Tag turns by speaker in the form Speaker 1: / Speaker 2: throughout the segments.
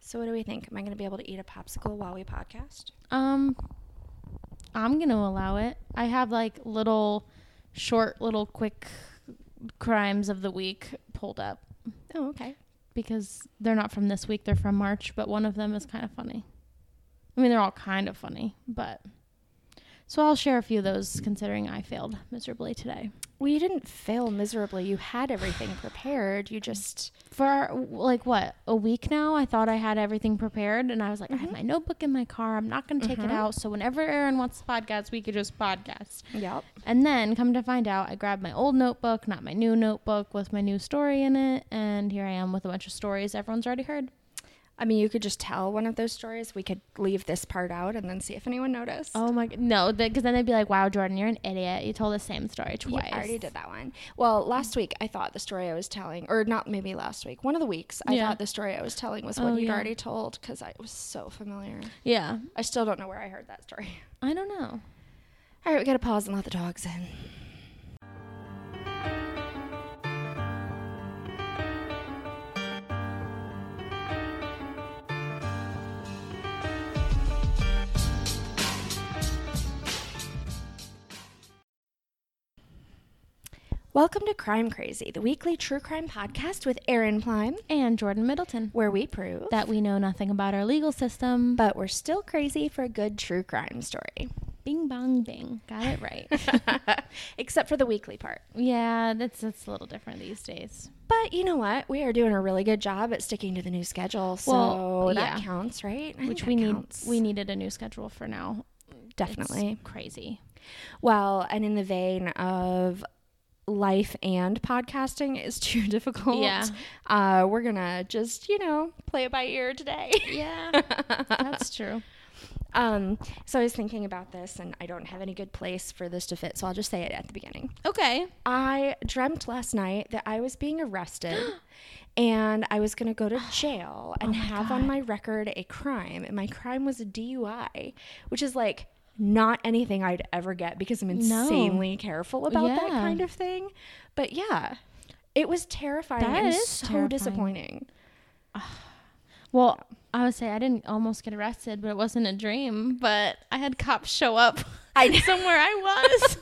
Speaker 1: So what do we think? Am I going to be able to eat a popsicle while we podcast?
Speaker 2: Um, I'm gonna allow it. I have like little, short, little quick crimes of the week pulled up
Speaker 1: Oh, okay.
Speaker 2: because they're not from this week; they're from March. But one of them is kind of funny. I mean, they're all kind of funny, but so I'll share a few of those. Considering I failed miserably today
Speaker 1: Well, you didn't fail miserably. You had everything prepared. You just
Speaker 2: for like what a week now, I thought I had everything prepared, and I was like, I have my notebook in my car. I'm not gonna take it out. So whenever Aaron wants to podcast, we could just podcast.
Speaker 1: yep.
Speaker 2: And then come to find out, I grabbed my old notebook, not my new notebook, with my new story in it. And here I am with a bunch of stories everyone's already heard.
Speaker 1: I mean, you could just tell one of those stories. We could leave this part out and then see if anyone noticed.
Speaker 2: Oh my God. No, because then they'd be like, wow, Jordan, you're an idiot. You told the same story
Speaker 1: You
Speaker 2: twice.
Speaker 1: already did that one. Well, last week I thought the story I was telling, or not maybe last week, one of the weeks I
Speaker 2: Yeah.
Speaker 1: thought the story I was telling was one
Speaker 2: Oh,
Speaker 1: you'd
Speaker 2: yeah.
Speaker 1: already told because I it was so familiar.
Speaker 2: Yeah.
Speaker 1: I still don't know where I heard that story.
Speaker 2: I don't know.
Speaker 1: All right, we gotta pause and let the dogs in. Welcome to Crime Crazy, the weekly true crime podcast with Erin Plime,
Speaker 2: And Jordan Middleton.
Speaker 1: where we prove
Speaker 2: That we know nothing about our legal system, but
Speaker 1: but we're still crazy for a good true crime story.
Speaker 2: bing, bong, bing. Got it right.
Speaker 1: Except for the weekly part.
Speaker 2: yeah, that's, that's a little different these days.
Speaker 1: But you know what? We are doing a really good job at sticking to the new schedule, so
Speaker 2: Well,
Speaker 1: that
Speaker 2: yeah.
Speaker 1: counts, right? I think
Speaker 2: Which
Speaker 1: that
Speaker 2: we need.
Speaker 1: counts.
Speaker 2: We needed a new schedule for now. It's
Speaker 1: definitely.
Speaker 2: crazy.
Speaker 1: Well, and in the vein of life and podcasting is too difficult.
Speaker 2: Yeah.
Speaker 1: uh, we're gonna just you know play it by ear today.
Speaker 2: Yeah, that's true.
Speaker 1: Um, so I was thinking about this, and I don't have any good place for this to fit, so I'll just say it at the beginning.
Speaker 2: Okay.
Speaker 1: I dreamt last night that I was being arrested and I was going to go to jail
Speaker 2: Oh
Speaker 1: and have on my record a crime. And my crime was a DUI, which is like not anything I'd ever get because I'm insanely careful about that
Speaker 2: Yeah.
Speaker 1: kind of thing. But yeah, it was terrifying
Speaker 2: That
Speaker 1: and
Speaker 2: is
Speaker 1: so
Speaker 2: terrifying.
Speaker 1: disappointing.
Speaker 2: Well, I would say I didn't almost get arrested, but it wasn't a dream. But I had cops show up
Speaker 1: I-
Speaker 2: somewhere I was.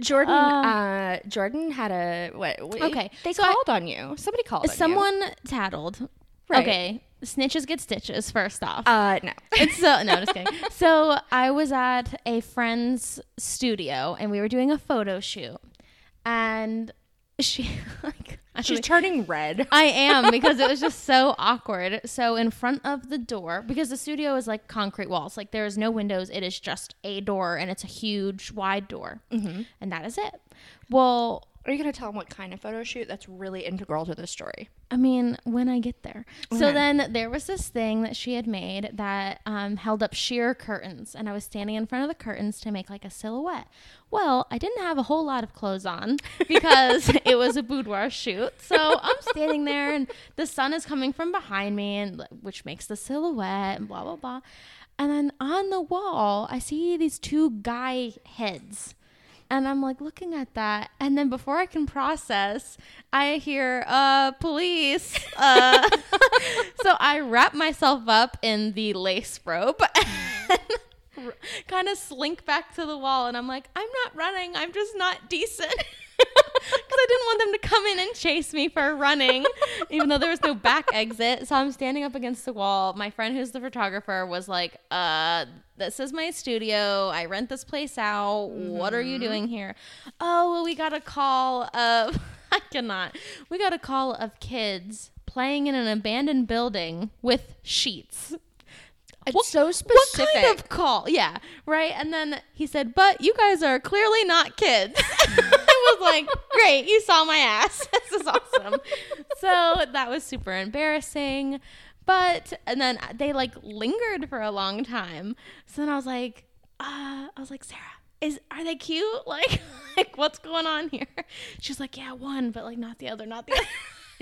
Speaker 1: Jordan, uh,
Speaker 2: Uh.
Speaker 1: Jordan had a what? what-
Speaker 2: Okay,
Speaker 1: they
Speaker 2: so I-
Speaker 1: called on you. Somebody called on you.
Speaker 2: Someone tattled.
Speaker 1: Right.
Speaker 2: Okay, snitches get stitches. First off,
Speaker 1: Uh, no.
Speaker 2: it's so no, just kidding. So I was at a friend's studio and we were doing a photo shoot, and she like I
Speaker 1: She's
Speaker 2: was-
Speaker 1: turning red.
Speaker 2: I am because it was just so awkward. So in front of the door, because the studio is like concrete walls, like there is no windows. It is just a door, and it's a huge wide door, and that is it. Well,
Speaker 1: Are you going to tell them what kind of photo shoot that's really integral to the story?
Speaker 2: I mean, when I get there. So
Speaker 1: Okay.
Speaker 2: then there was this thing that she had made that um, held up sheer curtains, and I was standing in front of the curtains to make like a silhouette. Well, I didn't have a whole lot of clothes on because it was a boudoir shoot. So I'm standing there, and the sun is coming from behind me, and like, which makes the silhouette, and blah blah blah. And then on the wall, I see these two guy heads. And I'm like looking at that. And then before I can process, I hear, uh, police. Uh, so I wrap myself up in the lace rope and kind of slink back to the wall. And I'm like, I'm not running. I'm just not decent. Because I didn't want them to come in and chase me for running, even though there was no back exit. So I'm standing up against the wall. My friend, who's the photographer, was like, uh, this is my studio. I rent this place out. What are you doing here? Oh, well, we got a call of, I cannot, we got a call of kids playing in an abandoned building with sheets.
Speaker 1: It's
Speaker 2: What-
Speaker 1: so
Speaker 2: What
Speaker 1: specific.
Speaker 2: kind of call? Yeah, right. And then he said, "But you guys are clearly not kids." I was like, "Great, you saw my ass. This is awesome." so that was super embarrassing. But and then they like lingered for a long time. So then I was like, uh, "I was like, Sarah, is are they cute? Like, like what's going on here?" She was like, "Yeah, one, but like not the other, not the other."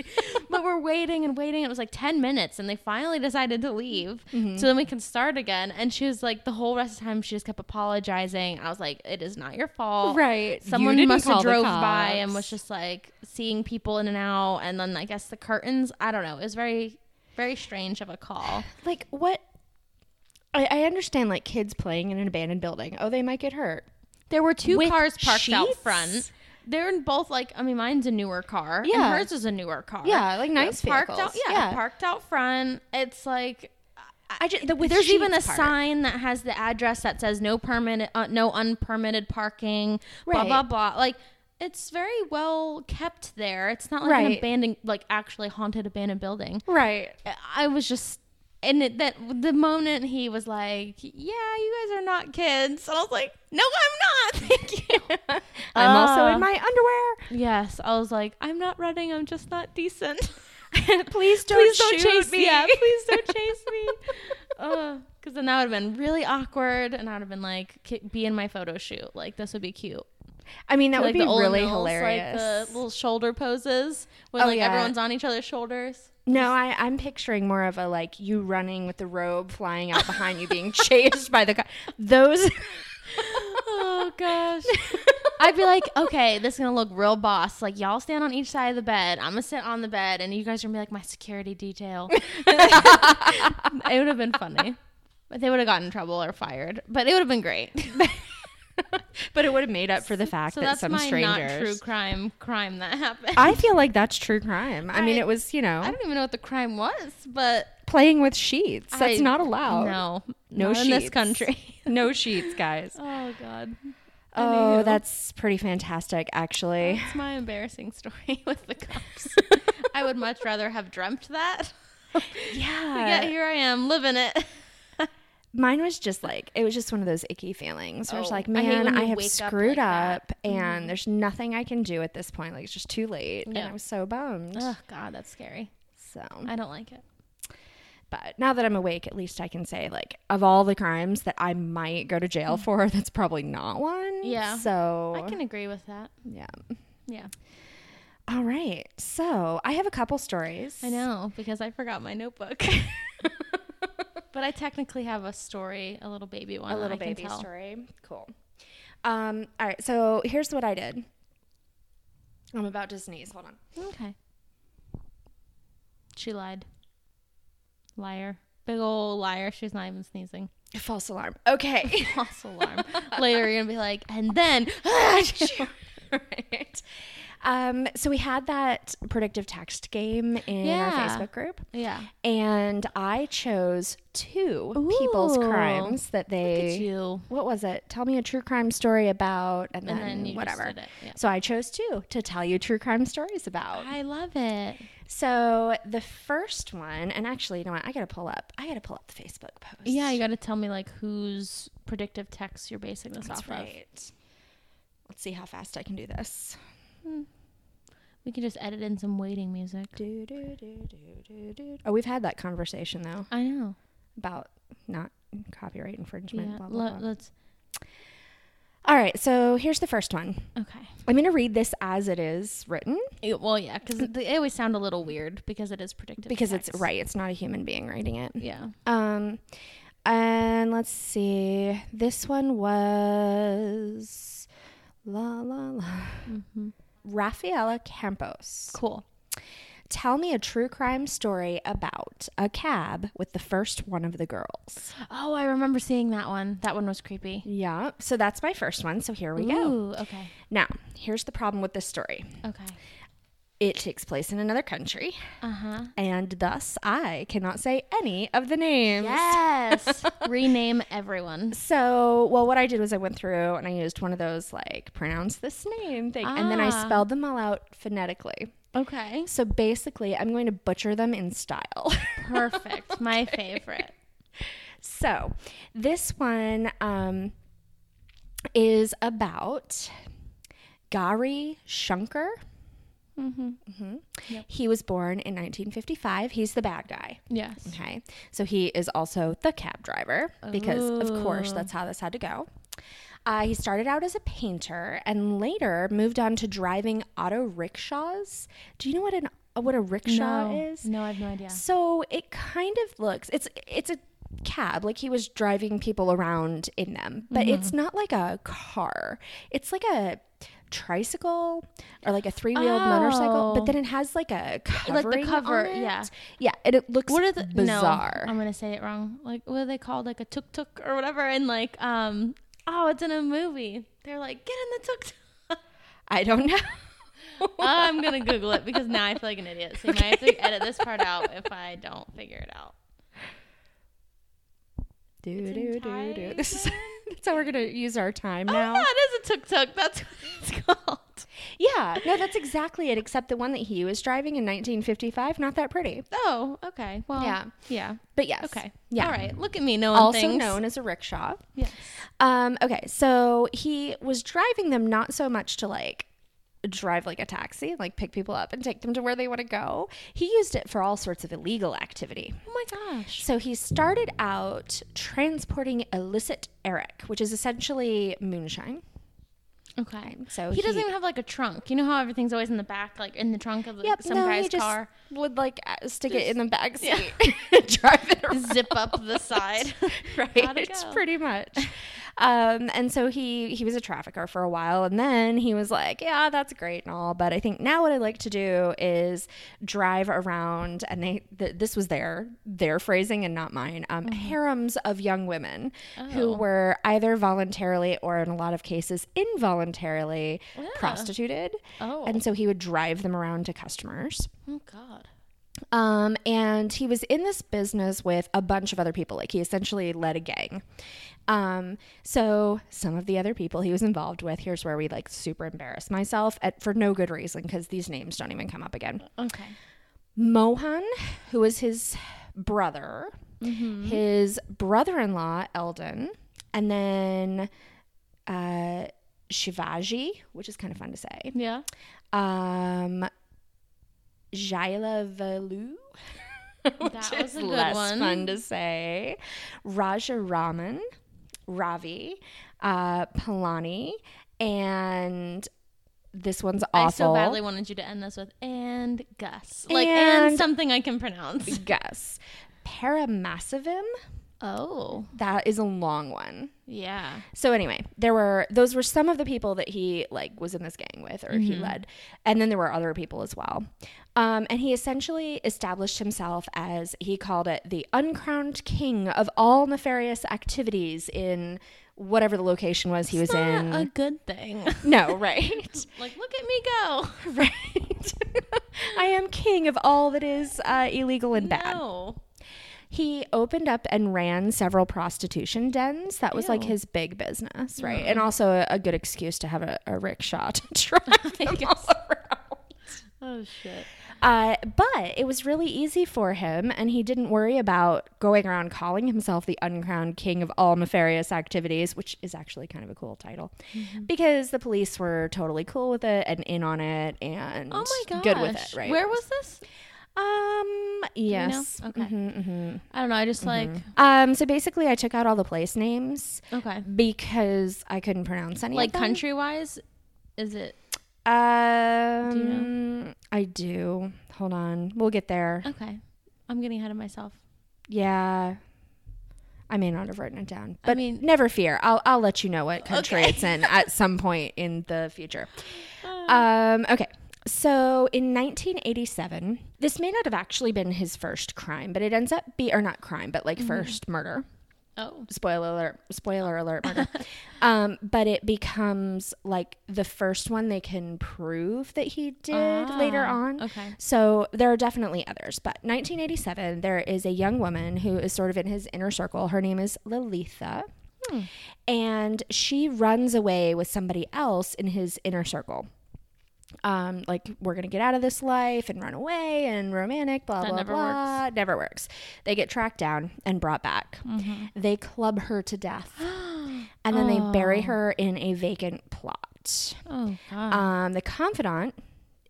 Speaker 2: but we're waiting and waiting. It was like 10 minutes, and they finally decided to leave.
Speaker 1: Mm-hmm.
Speaker 2: So then we can start again. And she was like, the whole rest of the time, she just kept apologizing. I was like, it is not your fault.
Speaker 1: Right. You
Speaker 2: Someone
Speaker 1: didn't
Speaker 2: must
Speaker 1: call
Speaker 2: have
Speaker 1: the
Speaker 2: drove by and
Speaker 1: cops.
Speaker 2: was just like seeing people in and out. And then I guess the curtains, I don't know. It was very Very strange of a call.
Speaker 1: Like what? I, I understand like kids playing in an abandoned building. Oh, they might get hurt.
Speaker 2: There were two
Speaker 1: With
Speaker 2: cars parked out
Speaker 1: sheets?
Speaker 2: front. They're in both like I mean, mine's a newer car.
Speaker 1: Yeah.
Speaker 2: and hers is a newer car.
Speaker 1: Yeah, like nice
Speaker 2: They're parked
Speaker 1: vehicles.
Speaker 2: out. Yeah,
Speaker 1: Yeah.
Speaker 2: parked out front. It's like
Speaker 1: I just the, with
Speaker 2: there's even a
Speaker 1: sheets part.
Speaker 2: sign that has the address that says no permanent, uh, no unpermitted parking.
Speaker 1: Right.
Speaker 2: Blah blah blah. Like. It's very well kept there. It's not like an
Speaker 1: Right.
Speaker 2: abandoned, like actually haunted abandoned building.
Speaker 1: Right.
Speaker 2: I was just and it, that the moment he was like, "Yeah, you guys are not kids," and I was like, "No, I'm not. Thank you."
Speaker 1: I'm also
Speaker 2: Uh,
Speaker 1: in my underwear.
Speaker 2: yes. I was like, "I'm not running. I'm just not decent.
Speaker 1: Please don't shoot me.
Speaker 2: Yeah, please don't chase me." Because then that would have been really awkward, and I would have been like, "K- "Be in my photo shoot. Like this would be cute."
Speaker 1: I mean, that
Speaker 2: like
Speaker 1: would be
Speaker 2: the old
Speaker 1: really
Speaker 2: mills,
Speaker 1: hilarious.
Speaker 2: Like the little shoulder poses when
Speaker 1: Oh,
Speaker 2: like
Speaker 1: yeah.
Speaker 2: everyone's on each other's shoulders.
Speaker 1: no, I, I'm picturing more of a like you running with the robe flying out behind you, being chased by the guy. Those.
Speaker 2: oh gosh. I'd be like, okay, this is gonna look real boss. Like y'all stand on each side of the bed. I'm gonna sit on the bed, and you guys are gonna be like my security detail. it would have been funny, but they would have gotten in trouble or fired. But it would have been great.
Speaker 1: but it would have made up for the fact
Speaker 2: so
Speaker 1: that
Speaker 2: that's
Speaker 1: some
Speaker 2: my
Speaker 1: strangers.
Speaker 2: not true crime crime that happened. I,
Speaker 1: I feel like that's true crime. I, mean,
Speaker 2: I-
Speaker 1: it was you know
Speaker 2: don't even know what the crime was, but
Speaker 1: playing with sheets. That's
Speaker 2: I-
Speaker 1: not allowed.
Speaker 2: no,
Speaker 1: No
Speaker 2: not in this
Speaker 1: sheets.
Speaker 2: country.
Speaker 1: no sheets, guys.
Speaker 2: Oh god. I
Speaker 1: Oh,
Speaker 2: knew.
Speaker 1: that's pretty fantastic, actually.
Speaker 2: That's my embarrassing story with the cops. I would much rather have dreamt that.
Speaker 1: Yeah.
Speaker 2: yeah, here I am living it.
Speaker 1: Mine was just like it was just one of those icky feelings. Where it's
Speaker 2: Oh,
Speaker 1: like,
Speaker 2: I hate when
Speaker 1: man, I,
Speaker 2: you
Speaker 1: have
Speaker 2: wake up
Speaker 1: screwed
Speaker 2: like that. Mm-hmm.
Speaker 1: up, and there's nothing I can do at this point. Like it's just too late, and
Speaker 2: Yeah.
Speaker 1: I was so bummed.
Speaker 2: Oh God, that's scary.
Speaker 1: So,
Speaker 2: I don't like it.
Speaker 1: but now that I'm awake, at least I can say like of all the crimes that I might go to jail for, that's probably not one.
Speaker 2: Mm. Yeah.
Speaker 1: So
Speaker 2: I can agree with that.
Speaker 1: yeah.
Speaker 2: Yeah,
Speaker 1: All right. So I have a couple stories.
Speaker 2: I know because I forgot my notebook. but I technically have a story, a little baby one.
Speaker 1: a little
Speaker 2: I can
Speaker 1: baby
Speaker 2: tell.
Speaker 1: story. Cool. Um, all right. So here's what I did. I'm about to sneeze. Hold on.
Speaker 2: Okay. She lied. Liar. Big old liar. She's not even sneezing.
Speaker 1: False alarm. Okay.
Speaker 2: False alarm. Later, you're gonna be like, and then
Speaker 1: right. Um, so we had that predictive text game in our
Speaker 2: Yeah.
Speaker 1: Facebook group,
Speaker 2: yeah.
Speaker 1: and I chose two people's
Speaker 2: Ooh.
Speaker 1: crimes that
Speaker 2: Look at
Speaker 1: they.
Speaker 2: you.
Speaker 1: What was it? Tell me a true crime story about, and,
Speaker 2: And
Speaker 1: then,
Speaker 2: then you just
Speaker 1: whatever.
Speaker 2: did it, yeah.
Speaker 1: So I chose two to tell you true crime stories about.
Speaker 2: I love it.
Speaker 1: So the first one, and actually, you know what? I gotta pull up. I gotta pull up the Facebook post.
Speaker 2: Yeah, you got to tell me like whose predictive text you're basing this
Speaker 1: that's
Speaker 2: off of.
Speaker 1: right. Let's see how fast I can do this.
Speaker 2: We can just edit in some waiting music.
Speaker 1: Do, do, do, do, do, do. Oh, we've had that conversation though
Speaker 2: I know.
Speaker 1: about not copyright infringement.
Speaker 2: Yeah.
Speaker 1: Blah, blah,
Speaker 2: Let,
Speaker 1: blah.
Speaker 2: let's.
Speaker 1: All right, so here's the first one.
Speaker 2: Okay.
Speaker 1: I'm gonna read this as it is written
Speaker 2: well, yeah, because they always sound a little weird because it is predictive.
Speaker 1: because it's right. It's not a human being writing it.
Speaker 2: Yeah.
Speaker 1: Um, and let's see. This one was la la la. Rafaela Campos.
Speaker 2: Mm-hmm. Cool.
Speaker 1: Tell me a true crime story about a cab with the first one of the girls.
Speaker 2: Oh, I remember seeing that one. That one was creepy.
Speaker 1: Yeah. So that's my first one. So here we go.
Speaker 2: Ooh. Okay.
Speaker 1: Now, here's the problem with this story.
Speaker 2: Okay.
Speaker 1: It takes place in another country,
Speaker 2: Uh huh.
Speaker 1: and thus I cannot say any of the names.
Speaker 2: Yes. Rename everyone.
Speaker 1: So, well, what I did was I went through and I used one of those like pronounce this name thing, and then I
Speaker 2: Ah.
Speaker 1: spelled them all out phonetically.
Speaker 2: Okay.
Speaker 1: So basically, I'm going to butcher them in style.
Speaker 2: Perfect. My favorite.
Speaker 1: so, this one um, is about Gary Shunker. Mm-hmm. He was born in 1955. He's the bad guy.
Speaker 2: Yes.
Speaker 1: Okay. So he is also the cab driver because, of course, that's how this had to go. Uh, he started out as a painter and later moved on to driving auto rickshaws. Do you know what an what a rickshaw
Speaker 2: no.
Speaker 1: is?
Speaker 2: No, I have no idea.
Speaker 1: So it kind of looks it's it's a cab like he was
Speaker 2: Mm-hmm.
Speaker 1: driving people around in them, but it's not like a car. It's like a tricycle or like a three wheeled motorcycle,
Speaker 2: Oh.
Speaker 1: but then it has like a
Speaker 2: Like
Speaker 1: covering
Speaker 2: the cover,
Speaker 1: on it.
Speaker 2: yeah.
Speaker 1: yeah, and it looks
Speaker 2: What are the
Speaker 1: bizarre.
Speaker 2: No, I'm gonna say it wrong. Like what are they called? Like a tuk tuk or whatever. And like um oh, it's in a movie. They're like get in the tuk tuk.
Speaker 1: I don't know. Um,
Speaker 2: I'm gonna Google it because now I feel like an idiot. So you might have to edit this part out if I don't figure it out.
Speaker 1: do,
Speaker 2: in
Speaker 1: do, do, do. This is that's how we're gonna use our time now.
Speaker 2: Oh yeah, it is a tuk tuk. That's what it's called.
Speaker 1: Yeah, no, that's exactly it. Except the one that he was driving in 1955, not that pretty.
Speaker 2: Oh, okay. Well,
Speaker 1: Yeah.
Speaker 2: yeah, yeah.
Speaker 1: But yes,
Speaker 2: Okay.
Speaker 1: yeah.
Speaker 2: All right. Look at me knowing
Speaker 1: Also
Speaker 2: things.
Speaker 1: known as a rickshaw.
Speaker 2: Yes.
Speaker 1: Um, okay, so he was driving them not so much to like drive like a taxi, like pick people up and take them to where they want to go. He used it for all sorts of illegal activity.
Speaker 2: Oh my gosh.
Speaker 1: So he started out transporting illicit Eric, which is essentially moonshine.
Speaker 2: Okay.
Speaker 1: So
Speaker 2: he, doesn't
Speaker 1: he-
Speaker 2: even have like a trunk. You know how everything's always in the back, like in the trunk of like, some
Speaker 1: no,
Speaker 2: guy's
Speaker 1: he just
Speaker 2: car.
Speaker 1: would like uh, stick it in the back seat, and drive it around.
Speaker 2: Zip up the side.
Speaker 1: right?
Speaker 2: Gotta
Speaker 1: It's
Speaker 2: go.
Speaker 1: pretty much. Um, and so he he was a trafficker for a while, and then he was like, "Yeah, that's great and all, but I think now what I like to do is drive around." And they th- this was their their phrasing and not mine. Um,
Speaker 2: Mm-hmm.
Speaker 1: Harems of young women who
Speaker 2: Oh.
Speaker 1: were either voluntarily or in a lot of cases involuntarily prostituted,
Speaker 2: Oh.
Speaker 1: and so he would drive them around to customers.
Speaker 2: oh God.
Speaker 1: Um, and he was in this business with a bunch of other people. Like he essentially led a gang. Um, so some of the other people he was involved with, here's where we like super embarrass myself at, for no good reason because these names don't even come up again.
Speaker 2: Okay.
Speaker 1: Mohan, who was his brother, his brother in law, Eldon, and then uh, Shivaji, which is kind of fun to say,
Speaker 2: Yeah.
Speaker 1: um, Jaila Valu.
Speaker 2: That
Speaker 1: Which
Speaker 2: was a
Speaker 1: is
Speaker 2: good
Speaker 1: less
Speaker 2: one.
Speaker 1: fun to say. Raja Raman, Ravi, uh, Palani, and this one's awful.
Speaker 2: I so badly wanted you to end this with and Gus. Like and,
Speaker 1: And-
Speaker 2: something I can pronounce.
Speaker 1: Gus. Paramassivim.
Speaker 2: Oh.
Speaker 1: That is a long one.
Speaker 2: Yeah.
Speaker 1: So anyway, there were those were some of the people that he like was in this gang with or
Speaker 2: Mm-hmm.
Speaker 1: he led. And then there were other people as well. Um, and he essentially established himself as he called it the uncrowned king of all nefarious activities in whatever the location was he was
Speaker 2: Not
Speaker 1: in.
Speaker 2: a good thing.
Speaker 1: no, right.
Speaker 2: like look at me go.
Speaker 1: right. I am king of all that is uh, illegal and bad.
Speaker 2: No.
Speaker 1: He opened up and ran several prostitution dens. That was like his big business, right? And also a, a good excuse to have a, a rickshaw to drive them all around.
Speaker 2: Oh shit.
Speaker 1: Uh, but it was really easy for him, and he didn't worry about going around calling himself the uncrowned king of all nefarious activities, which is actually kind of a cool title
Speaker 2: Mm-hmm.
Speaker 1: because the police were totally cool with it and in on it and
Speaker 2: Oh my gosh.
Speaker 1: good with it, right?
Speaker 2: Where was this?
Speaker 1: um
Speaker 2: Do we know?
Speaker 1: yes. Mm-hmm,
Speaker 2: Okay. I don't know. I just like
Speaker 1: Um, so basically, I took out all the place names
Speaker 2: okay.
Speaker 1: because I couldn't pronounce any.
Speaker 2: Like
Speaker 1: of them.
Speaker 2: country wise, is it
Speaker 1: Um,
Speaker 2: you
Speaker 1: I do. Hold on, we'll get there.
Speaker 2: okay? I'm getting ahead of myself.
Speaker 1: Yeah, I may not have written it down,
Speaker 2: I
Speaker 1: but
Speaker 2: mean-
Speaker 1: never fear. I'll I'll let you know what country it's in at some point in the future.
Speaker 2: Uh.
Speaker 1: Um, okay. So in 1987, this may not have actually been his first crime, but it ends up be or not crime, but
Speaker 2: Mm-hmm.
Speaker 1: like first murder.
Speaker 2: Oh,
Speaker 1: spoiler alert spoiler alert murder um but it becomes like the first one they can prove that he did later
Speaker 2: Ah,
Speaker 1: on
Speaker 2: okay.
Speaker 1: so there are definitely others but 1987 there is a young woman who is sort of in his inner circle her name is lalitha
Speaker 2: Hmm.
Speaker 1: and she runs away with somebody else in his inner circle um, like we're gonna get out of this life and run away and romantic, blah
Speaker 2: That
Speaker 1: blah
Speaker 2: never
Speaker 1: blah. Works. Never works. They get tracked down and brought back.
Speaker 2: Mm-hmm.
Speaker 1: They club her to death, and then they bury her in a vacant plot.
Speaker 2: oh, God.
Speaker 1: Um, the confidant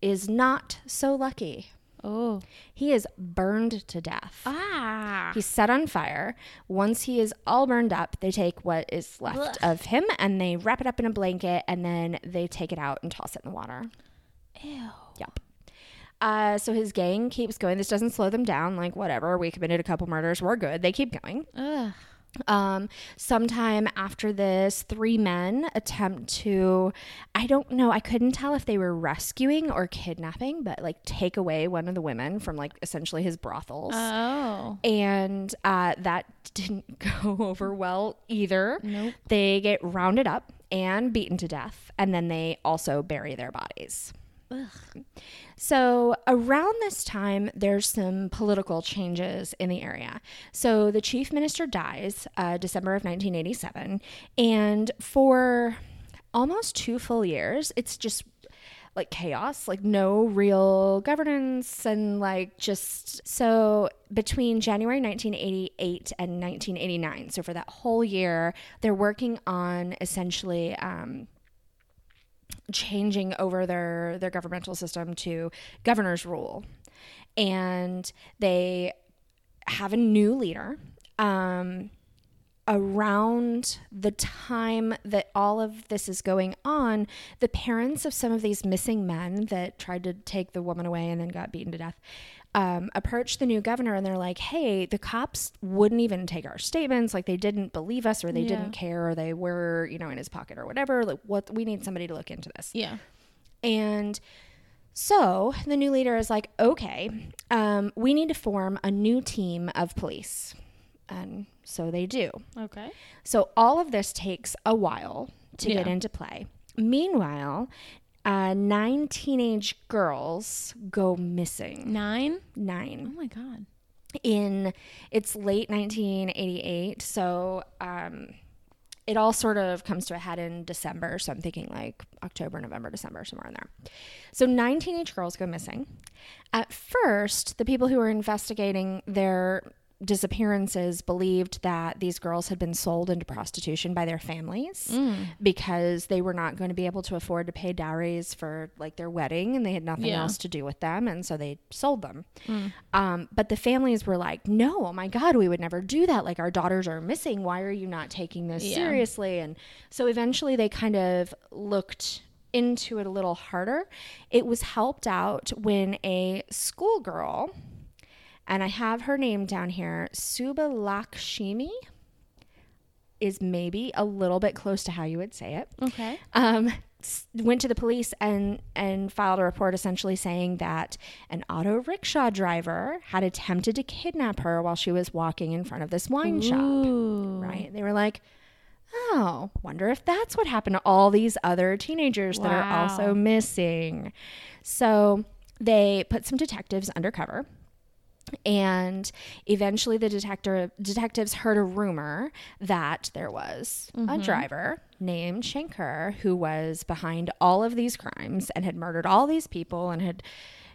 Speaker 1: is not so lucky.
Speaker 2: oh,
Speaker 1: He is burned to death.
Speaker 2: ah,
Speaker 1: He's set on fire. Once he is all burned up, they take what is left of him and they wrap it up in a blanket and then they take it out and toss it in the water.
Speaker 2: ew.
Speaker 1: Yep. Uh, so his gang keeps going. This doesn't slow them down. Like, whatever, we committed a couple murders. We're good. They keep going.
Speaker 2: Ugh.
Speaker 1: Um, sometime after this, three men attempt to, I don't know, I couldn't tell if they were rescuing or kidnapping, but like take away one of the women from like essentially his brothels.
Speaker 2: Oh.
Speaker 1: and uh, that didn't go over well either.
Speaker 2: Nope.
Speaker 1: They get rounded up and beaten to death, and then they also bury their bodies. So, around this time, there's some political changes in the area. So, the chief minister dies uh, December of 1987, and for almost two full years, it's just like chaos, like no real governance, and like just so between January 1988 and 1989. So, for that whole year, they're working on essentially. Um, changing over their their governmental system to governor's rule and they have a new leader um around the time that all of this is going on the parents of some of these missing men that tried to take the woman away and then got beaten to death um, approached the new governor and they're like hey the cops wouldn't even take our statements like they didn't believe us or they
Speaker 2: Yeah.
Speaker 1: didn't care or they were you know in his pocket or whatever like what we need somebody to look into this
Speaker 2: Yeah.
Speaker 1: and so the new leader is like, okay, um, we need to form a new team of police. And so they do.
Speaker 2: Okay.
Speaker 1: So all of this takes a while to get
Speaker 2: Yeah.
Speaker 1: into play. Meanwhile, uh, nine teenage girls go missing.
Speaker 2: Nine.
Speaker 1: Nine
Speaker 2: Oh my god.
Speaker 1: in it's late 1988 so um it all sort of comes to a head in December, so I'm thinking like October, November, December, somewhere in there. So nine teenage girls go missing. At first, the people who were investigating their disappearances believed that these girls had been sold into prostitution by their families because they were not going to be able to afford to pay dowries for like their wedding and they had nothing
Speaker 2: Yeah. Hmm.
Speaker 1: else to do with them and so they sold them um, but the families were like no oh my god we would never do that like our daughters are missing why are you not taking this
Speaker 2: Yeah.
Speaker 1: seriously and so eventually they kind of looked into it a little harder it was helped out when a schoolgirl and i have her name down here suba lakshmi is maybe a little bit close to how you would say it
Speaker 2: Okay.
Speaker 1: um, s- went to the police and and filed a report essentially saying that an auto rickshaw driver had attempted to kidnap her while she was walking in front of this wine shop
Speaker 2: Ooh.
Speaker 1: right they were like oh wonder if that's what happened to all these other teenagers that are
Speaker 2: Wow.
Speaker 1: also missing so they put some detectives undercover and eventually the detector detectives heard a rumor that there was a driver named Shankar who was behind all of these crimes and had murdered all these people and had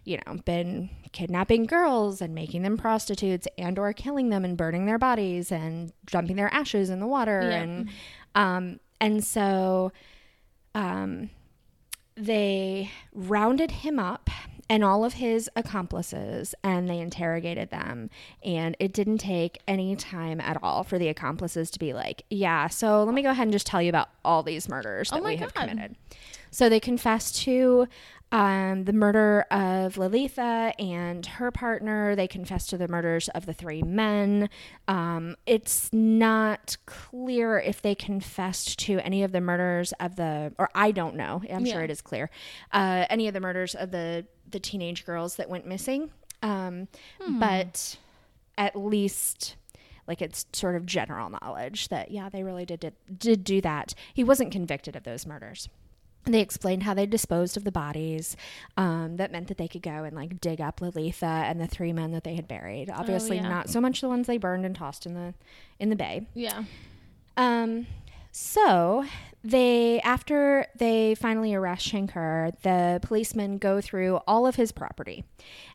Speaker 1: you know been kidnapping girls and making them prostitutes and or killing them and burning their bodies and dumping their ashes in the water
Speaker 2: Yeah.
Speaker 1: and um and so um they rounded him up and all of his accomplices and they interrogated them and it didn't take any time at all for the accomplices to be like yeah so let me go ahead and just tell you about all these murders that
Speaker 2: Oh my
Speaker 1: we have
Speaker 2: God.
Speaker 1: committed so they confessed to um, the murder of Lalitha and her partner. They confessed to the murders of the three men. Um, it's not clear if they confessed to any of the murders of the, or I don't know. I'm sure
Speaker 2: Yeah.
Speaker 1: it is clear. Uh, any of the murders of the the teenage girls that went missing. Um, But at least like it's sort of general knowledge that yeah they really did, did did do that he wasn't convicted of those murders they explained how they disposed of the bodies um, that meant that they could go and like dig up lalitha and the three men that they had buried obviously
Speaker 2: yeah.
Speaker 1: not so much the ones they burned and tossed in the in the bay
Speaker 2: Yeah.
Speaker 1: um, so they after they finally arrest Shankar, the policemen go through all of his property,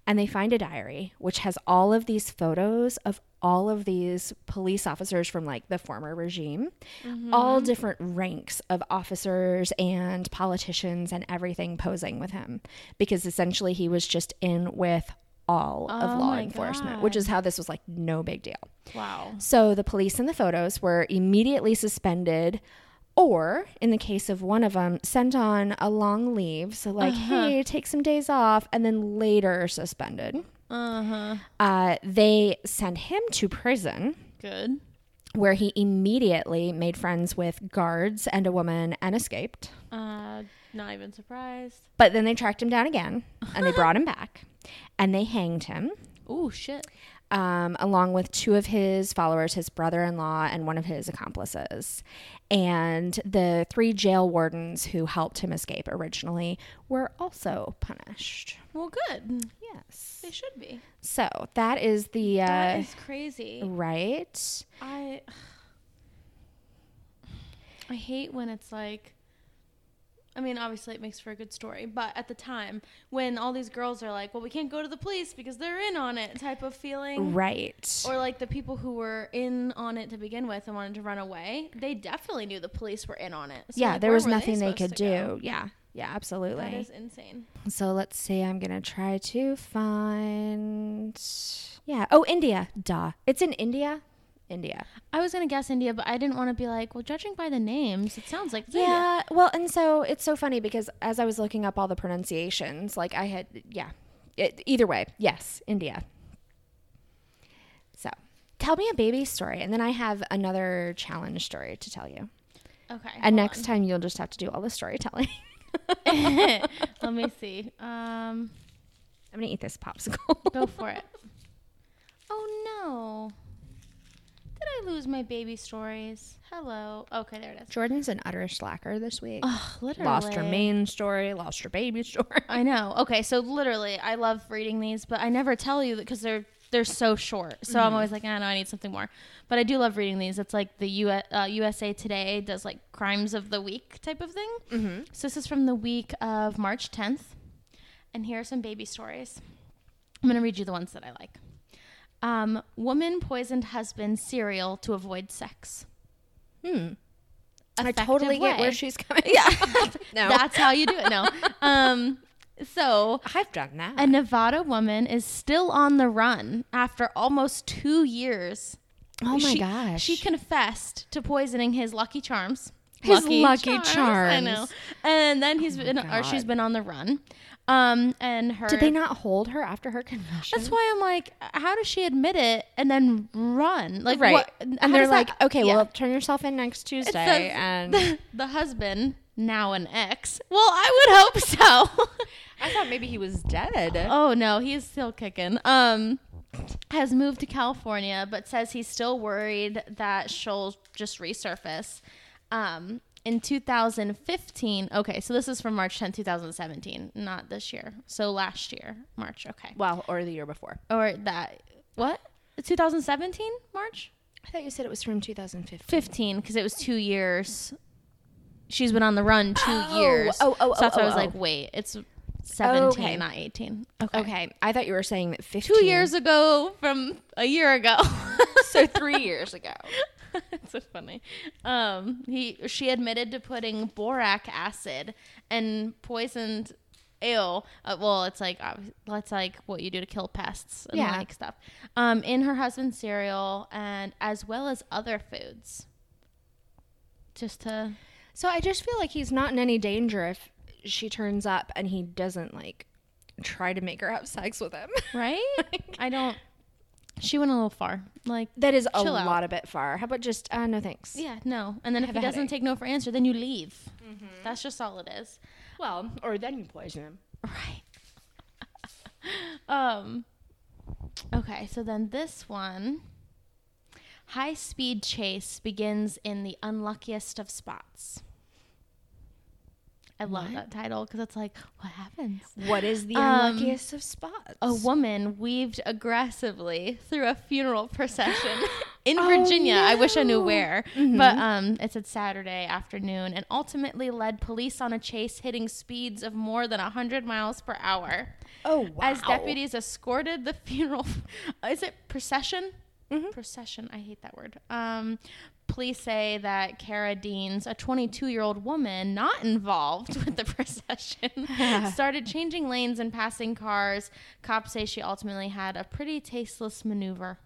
Speaker 1: and they find a diary which has all of these photos of all of these police officers from like the former regime,
Speaker 2: Mm-hmm.
Speaker 1: all different ranks of officers and politicians and everything posing with him, because essentially he was just in with all of
Speaker 2: Oh
Speaker 1: law
Speaker 2: my
Speaker 1: enforcement, which is how this was like no big deal.
Speaker 2: Wow.
Speaker 1: So the police in the photos were immediately suspended, or in the case of one of them, sent on a long leave. So, like, hey, take some days off, and then later suspended.
Speaker 2: Uh huh.
Speaker 1: Uh, they sent him to prison
Speaker 2: Good.
Speaker 1: where he immediately made friends with guards and a woman and escaped.
Speaker 2: Uh, not even surprised.
Speaker 1: But then they tracked him down again and they brought him back and they hanged him
Speaker 2: Oh shit.
Speaker 1: um, along with two of his followers, his brother in law, and one of his accomplices. And the three jail wardens who helped him escape originally were also punished.
Speaker 2: Well, good.
Speaker 1: Yes.
Speaker 2: They should be.
Speaker 1: So that is the.
Speaker 2: That
Speaker 1: Uh,
Speaker 2: is crazy.
Speaker 1: Right.
Speaker 2: I I hate when it's like I mean, obviously it makes for a good story, but at the time when all these girls are like, "Well, we can't go to the police because they're in on it," type of feeling,
Speaker 1: Right.
Speaker 2: or like the people who were in on it to begin with and wanted to run away, they definitely knew the police were in on it. So,
Speaker 1: yeah,
Speaker 2: like,
Speaker 1: there
Speaker 2: where
Speaker 1: was
Speaker 2: were
Speaker 1: nothing they,
Speaker 2: supposed
Speaker 1: could
Speaker 2: to go?
Speaker 1: do. Yeah. Yeah,
Speaker 2: That
Speaker 1: absolutely.
Speaker 2: is insane.
Speaker 1: So let's see. I'm going to try to find. Yeah. Oh, India. Duh. It's in India. India.
Speaker 2: I was gonna guess India, but I didn't want to be like, well, judging by the names, it sounds like it's India.
Speaker 1: Yeah. Well, and so it's so funny because as I was looking up all the pronunciations, like I had, yeah. It, either way, yes, India. So tell me a baby story, and then I have another challenge story to tell you.
Speaker 2: Okay.
Speaker 1: and
Speaker 2: hold
Speaker 1: next time, you'll just have to do all the storytelling.
Speaker 2: on. Let me see. Um.
Speaker 1: I'm going to eat this popsicle.
Speaker 2: Go for it. Oh no. Did I lose my baby stories? Hello. Okay, there it is.
Speaker 1: Jordan's an utter slacker this week.
Speaker 2: Oh, literally.
Speaker 1: lost her main story, lost her baby story.
Speaker 2: I know. Okay, so literally, I love reading these, but I never tell you because they're they're so short. So I'm always like, "Ah, I know I need something more. But I do love reading these. It's like the U- uh, USA Today does like crimes of the week type of thing. Mm-hmm. So this is from the week of March 10th, and here are some baby stories. I'm gonna read you the ones that I like. Um, woman poisoned husband cereal to avoid sex. Hmm.
Speaker 1: I totally get where she's coming.
Speaker 2: Yeah.
Speaker 1: no,
Speaker 2: That's how you do it. No. Um, so
Speaker 1: I've done that.
Speaker 2: a Nevada woman is still on the run after almost two years.
Speaker 1: oh my
Speaker 2: She-
Speaker 1: gosh,
Speaker 2: She confessed to poisoning his Lucky Charms.
Speaker 1: His Lucky
Speaker 2: I
Speaker 1: Charms. Oh
Speaker 2: know. And then he's been, or she's
Speaker 1: God.
Speaker 2: been on the run. Um, and her.
Speaker 1: Did they not hold her after her confession?
Speaker 2: That's why I'm like, how does she admit it and then run? Like,
Speaker 1: right.
Speaker 2: what-
Speaker 1: and
Speaker 2: how
Speaker 1: they're
Speaker 2: does
Speaker 1: like,
Speaker 2: that-
Speaker 1: okay,
Speaker 2: Yeah.
Speaker 1: well, turn yourself in next Tuesday.
Speaker 2: says-
Speaker 1: and
Speaker 2: the, the husband now an ex. Well, I would hope so.
Speaker 1: I thought maybe he was dead.
Speaker 2: oh no, he's still kicking. Um, has moved to California, but says he's still worried that she'll just resurface. Um, in 2015. Okay, so this is from March 10, 2017, not this year. So last year, March. Okay,
Speaker 1: Well, or the year before.
Speaker 2: or that what? 2017 March.
Speaker 1: I thought you said it was from 2015.
Speaker 2: 15 because it was two years. She's been on the run two
Speaker 1: Oh,
Speaker 2: years.
Speaker 1: oh, oh,
Speaker 2: so that's
Speaker 1: oh,
Speaker 2: why I was
Speaker 1: oh,
Speaker 2: like,
Speaker 1: oh.
Speaker 2: wait, it's 17,
Speaker 1: Okay.
Speaker 2: not 18.
Speaker 1: Okay, I thought you were saying that 15.
Speaker 2: Two years ago from a year ago.
Speaker 1: so three years ago.
Speaker 2: That's so funny. Um, he she admitted to putting borac acid and poisoned ale. Uh, well, it's like obvi- that's like what you do to kill pests and
Speaker 1: Yeah.
Speaker 2: like stuff. Um, in her husband's cereal and as well as other foods. Just to
Speaker 1: So I just feel like he's not in any danger if she turns up and he doesn't like try to make her have sex with him.
Speaker 2: right? I don't. She went a little far. Like,
Speaker 1: That is a
Speaker 2: Chill out.
Speaker 1: lot a bit far. How about just uh, no thanks?
Speaker 2: yeah, no. And then if
Speaker 1: Have
Speaker 2: he
Speaker 1: a
Speaker 2: doesn't
Speaker 1: headache. Mm-hmm.
Speaker 2: take no for answer, then you leave. That's just all it is.
Speaker 1: Well, or then you poison him.
Speaker 2: Right. um. Okay, so then this one. High speed chase begins in the unluckiest of spots. I love that title because it's like, what happens?
Speaker 1: What is the
Speaker 2: Um,
Speaker 1: unluckiest of spots?
Speaker 2: A woman weaved aggressively through a funeral procession in
Speaker 1: Oh,
Speaker 2: Virginia. I wish I knew
Speaker 1: no. Mm-hmm.
Speaker 2: where, but um, it said Saturday afternoon, and ultimately led police on a chase hitting speeds of more than 100 miles per hour.
Speaker 1: oh, wow.
Speaker 2: As deputies escorted the funeral, uh, is it procession?
Speaker 1: Mm-hmm.
Speaker 2: Procession. I hate that word. Um, police say that Cara Deans, a 22-year-old woman not involved with the procession, started changing lanes and passing cars. Cops say she ultimately had a pretty tasteless maneuver.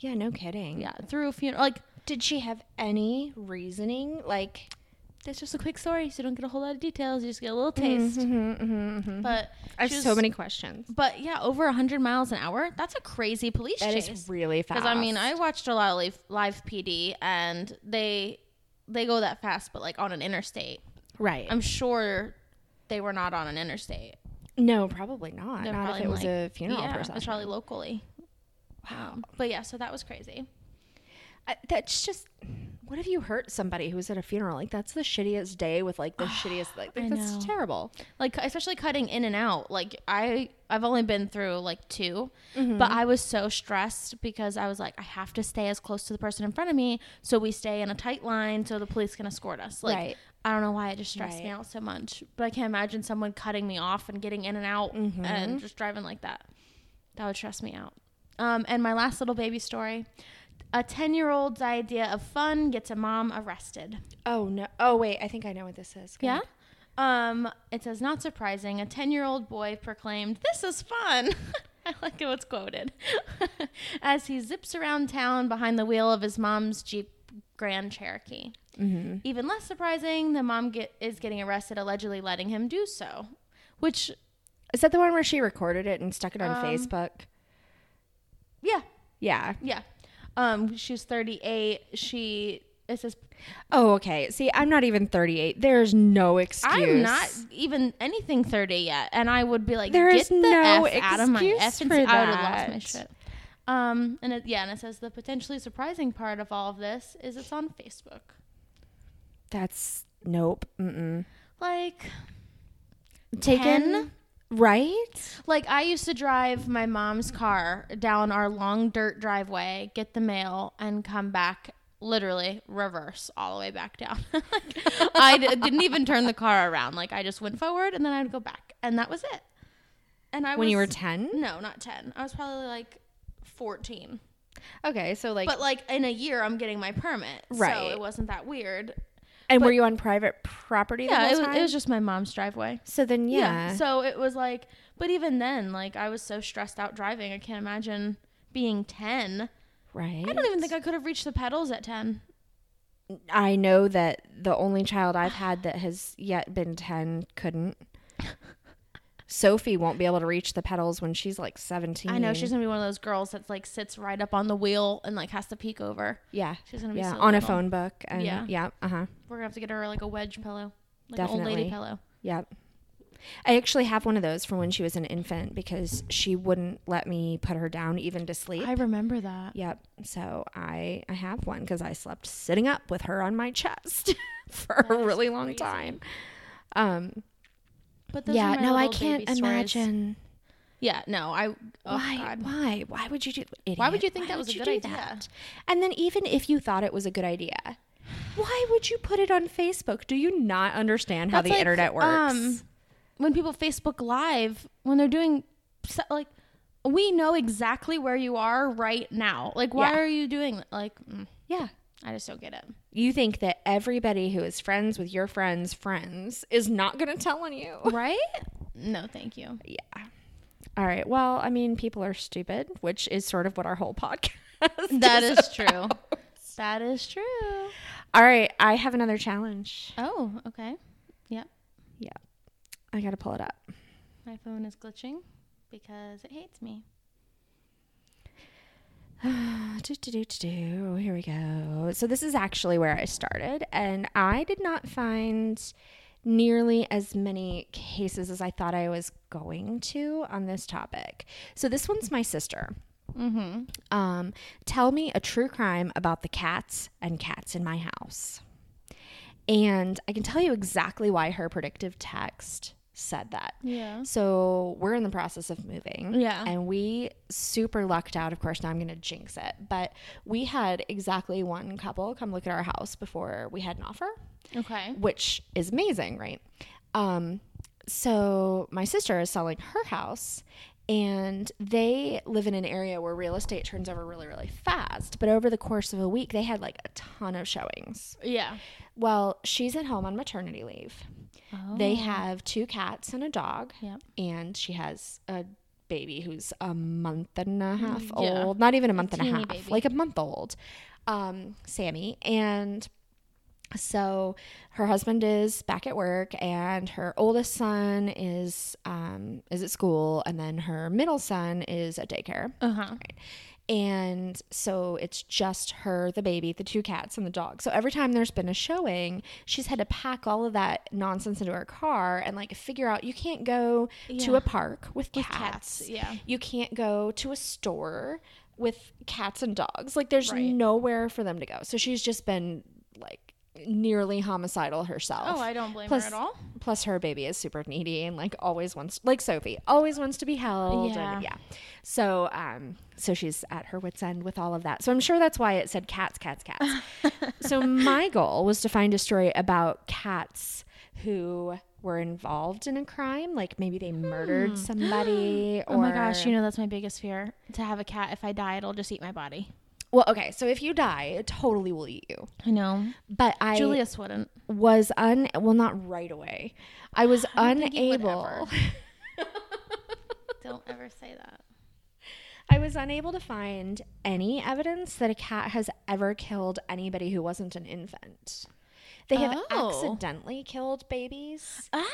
Speaker 1: Yeah, no kidding.
Speaker 2: Yeah, through a funeral. Like
Speaker 1: Did she have any reasoning? Like,
Speaker 2: That's just a quick story, so you don't get a whole lot of details. You just get a little taste.
Speaker 1: Mhm, mhm, mhm.
Speaker 2: But
Speaker 1: I have
Speaker 2: she
Speaker 1: so
Speaker 2: was-
Speaker 1: many questions.
Speaker 2: But yeah, over 100 miles an hour. That's a crazy police
Speaker 1: That
Speaker 2: chase.
Speaker 1: is really fast.
Speaker 2: Because I mean, I watched a lot of live, live PD, and they they go that fast, but like on an interstate.
Speaker 1: right.
Speaker 2: I'm sure they were not on an interstate.
Speaker 1: no, probably not.
Speaker 2: They're
Speaker 1: Not if
Speaker 2: probably
Speaker 1: it was
Speaker 2: like-
Speaker 1: a funeral
Speaker 2: yeah,
Speaker 1: procession.
Speaker 2: it's probably locally. Wow. but yeah, so that was crazy.
Speaker 1: I, that's just what if you hurt somebody who was at a funeral? Like that's the shittiest day with like the shittiest like,
Speaker 2: I
Speaker 1: like that's
Speaker 2: know.
Speaker 1: terrible.
Speaker 2: Like especially cutting in and out. Like I I've only been through like 2
Speaker 1: Mm-hmm.
Speaker 2: but I was so stressed because I was like I have to stay as close to the person in front of me so we stay in a tight line so the police can escort us. Like
Speaker 1: Right.
Speaker 2: I don't know why it just stressed me
Speaker 1: Right.
Speaker 2: out so much, but I can't imagine someone cutting me off and getting in and out
Speaker 1: Mm-hmm.
Speaker 2: and just driving like that. That would stress me out. Um, and my last little baby story a 10 year old's idea of fun gets a mom arrested.
Speaker 1: Oh no. Oh wait, I think I know what this is. Go
Speaker 2: Yeah?
Speaker 1: ahead.
Speaker 2: Um, it says, not surprising, a 10 year old boy proclaimed, This is fun. I like how it's quoted. As he zips around town behind the wheel of his mom's Jeep Grand Cherokee. Even less surprising, the mom get, is getting arrested, allegedly letting him do so. Which,
Speaker 1: Is that the one where she recorded it and stuck it
Speaker 2: Um,
Speaker 1: on Facebook?
Speaker 2: yeah,
Speaker 1: Yeah.
Speaker 2: yeah. Um, she's 38. She, it says,
Speaker 1: Oh, okay. See, I'm not even 38. There's no excuse.
Speaker 2: I'm not even anything 30 yet. And I would be like,
Speaker 1: There
Speaker 2: get
Speaker 1: is
Speaker 2: the
Speaker 1: no
Speaker 2: F out of my
Speaker 1: excuse
Speaker 2: F and
Speaker 1: for
Speaker 2: C. I would have lost my
Speaker 1: that.
Speaker 2: shit. Um, and it, yeah, and it says the potentially surprising part of all of this is it's on Facebook.
Speaker 1: That's nope. Mm-mm.
Speaker 2: Like,
Speaker 1: Taken.
Speaker 2: Pen?
Speaker 1: Right?
Speaker 2: like I used to drive my mom's car down our long dirt driveway, get the mail, and come back literally reverse all the way back down. Like, I d- didn't even turn the car around. Like I just went forward and then I'd go back, and that was it. And I
Speaker 1: When you were
Speaker 2: was-
Speaker 1: 10?
Speaker 2: No, not 10. I was probably like 14.
Speaker 1: Okay, so like
Speaker 2: But like in a year, I'm getting my permit. So
Speaker 1: Right.
Speaker 2: it wasn't that weird.
Speaker 1: and were you on private property the
Speaker 2: Yeah,
Speaker 1: whole
Speaker 2: it was,
Speaker 1: time?
Speaker 2: it was just my mom's driveway.
Speaker 1: so then yeah.
Speaker 2: So it was like, but even then, like I was so stressed out driving. I can't imagine being 10.
Speaker 1: right.
Speaker 2: I don't even think I could have reached the pedals at 10.
Speaker 1: I know that the only child I've had that has yet been 10 couldn't. Sophie won't be able to reach the pedals when she's like 17.
Speaker 2: I know she's going to be one of those girls that's like sits right up on the wheel and like has to peek over.
Speaker 1: yeah.
Speaker 2: She's going to be
Speaker 1: Yeah,
Speaker 2: so
Speaker 1: on a
Speaker 2: little.
Speaker 1: phone book and
Speaker 2: Yeah.
Speaker 1: yeah, uh-huh.
Speaker 2: We're going to have to get her like a wedge pillow, like an old lady
Speaker 1: Definitely.
Speaker 2: pillow.
Speaker 1: Yep. I actually have one of those from when she was an infant because she wouldn't let me put her down even to sleep.
Speaker 2: I remember that.
Speaker 1: yep. So I I have one because I slept sitting up with her on my chest for a really long
Speaker 2: crazy.
Speaker 1: time. Um,
Speaker 2: But those
Speaker 1: yeah.
Speaker 2: are my
Speaker 1: No, I
Speaker 2: little baby
Speaker 1: can't
Speaker 2: stories.
Speaker 1: imagine
Speaker 2: Yeah, no, I. Oh
Speaker 1: why?
Speaker 2: God.
Speaker 1: Why? Why would you do? Idiot.
Speaker 2: Why would you think that was
Speaker 1: would
Speaker 2: a
Speaker 1: you
Speaker 2: good
Speaker 1: do
Speaker 2: idea?
Speaker 1: And then even if you thought it was a good idea, why would you put it on Facebook? Do you not understand how
Speaker 2: That's
Speaker 1: the
Speaker 2: like,
Speaker 1: internet works?
Speaker 2: um, when people Facebook Live, when they're doing se- like, we know exactly where you are right now. Like, why
Speaker 1: Yeah.
Speaker 2: are you doing that? like? mm,
Speaker 1: yeah.
Speaker 2: I just don't get it.
Speaker 1: You think that everybody who is friends with your friends' friends is not going to tell on you.
Speaker 2: Right? No, thank you.
Speaker 1: Yeah. All right. Well, I mean, people are stupid, which is sort of what our whole podcast.
Speaker 2: That is true. That is true.
Speaker 1: All right. I have another challenge.
Speaker 2: Oh, okay. Yep.
Speaker 1: Yeah. I got to pull it up.
Speaker 2: My phone is glitching because it hates me.
Speaker 1: do, do, do, do, do. Here we go. So, this is actually where I started, and I did not find nearly as many cases as I thought I was going to on this topic. So, this one's my sister. Mm-hmm. Um, tell me a true crime about the cats and cats in my house. And I can tell you exactly why her predictive text said that.
Speaker 2: Yeah.
Speaker 1: So we're in the process of moving.
Speaker 2: Yeah.
Speaker 1: And we super lucked out. Of course, now I'm going to jinx it. But we had exactly one couple come look at our house before we had an offer,
Speaker 2: Okay.
Speaker 1: which is amazing, right? Um, so my sister is selling her house. And they live in an area where real estate turns over really, really fast. But over the course of a week, they had like a ton of showings.
Speaker 2: Yeah.
Speaker 1: Well, she's at home on maternity leave.
Speaker 2: Oh.
Speaker 1: They have two cats and a dog.
Speaker 2: Yep.
Speaker 1: And she has a baby who's a month and a half
Speaker 2: Hmm, yeah.
Speaker 1: old. Not even a month and a
Speaker 2: teeny
Speaker 1: half.
Speaker 2: baby.
Speaker 1: Like a month old. Um, Sammy. And So her husband is back at work, and her oldest son is um, is at school, and then her middle son is at daycare.
Speaker 2: Uh huh.
Speaker 1: And so it's just her, the baby, the two cats, and the dog. So every time there's been a showing, she's had to pack all of that nonsense into her car and like figure out you can't go to
Speaker 2: Yeah.
Speaker 1: a park with cats.
Speaker 2: cats, yeah.
Speaker 1: You can't go to a store with cats and dogs. Like there's
Speaker 2: Right.
Speaker 1: nowhere for them to go. So she's just been like nearly homicidal herself.
Speaker 2: Oh, I don't blame
Speaker 1: Plus-
Speaker 2: her at all.
Speaker 1: Plus, her baby is super needy and like always wants, like Sophie, always wants to be held. and-
Speaker 2: Yeah.
Speaker 1: yeah. So, um, so she's at her wits' end with all of that. So I'm sure that's why it said cats, cats, cats. so my goal was to find a story about cats who were involved in a crime, like maybe they murdered somebody. Or,
Speaker 2: Hmm. Oh my gosh, you know that's my biggest fear. To have a cat, if I die, it'll just eat my body.
Speaker 1: well, okay. So if you die, it totally will eat you.
Speaker 2: I know.
Speaker 1: But I
Speaker 2: Julius wouldn't.
Speaker 1: was un well, not right away. I was
Speaker 2: think he would
Speaker 1: unable.
Speaker 2: Don't ever say that.
Speaker 1: I was unable to find any evidence that a cat has ever killed anybody who wasn't an infant. They have
Speaker 2: Oh.
Speaker 1: accidentally killed babies.
Speaker 2: Ah.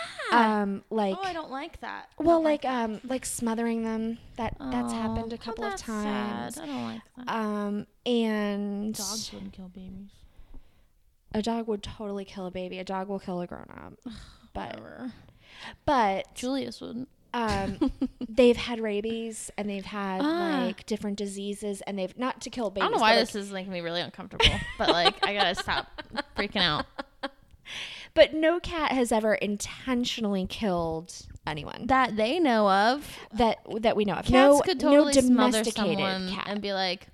Speaker 1: Um, like
Speaker 2: oh, I don't like that. I
Speaker 1: well,
Speaker 2: don't
Speaker 1: like um, like smothering them. That that's
Speaker 2: Oh,
Speaker 1: happened a
Speaker 2: well,
Speaker 1: couple of
Speaker 2: that's sad.
Speaker 1: times.
Speaker 2: I don't like that.
Speaker 1: Um, and
Speaker 2: Dogs wouldn't kill babies.
Speaker 1: a dog would totally kill a baby. A dog will kill a grown up. But
Speaker 2: Whatever.
Speaker 1: but
Speaker 2: Julius wouldn't.
Speaker 1: um, they've had rabies and they've had
Speaker 2: Ah.
Speaker 1: like different diseases and they've not to kill
Speaker 2: I
Speaker 1: babies.
Speaker 2: don't know
Speaker 1: but,
Speaker 2: why
Speaker 1: like,
Speaker 2: this is making me really uncomfortable, but like I gotta stop freaking out.
Speaker 1: But no cat has ever intentionally killed anyone
Speaker 2: That they know of,
Speaker 1: that that we know of.
Speaker 2: cats
Speaker 1: no,
Speaker 2: could totally
Speaker 1: no
Speaker 2: smother
Speaker 1: domesticated
Speaker 2: someone
Speaker 1: cat.
Speaker 2: and be like,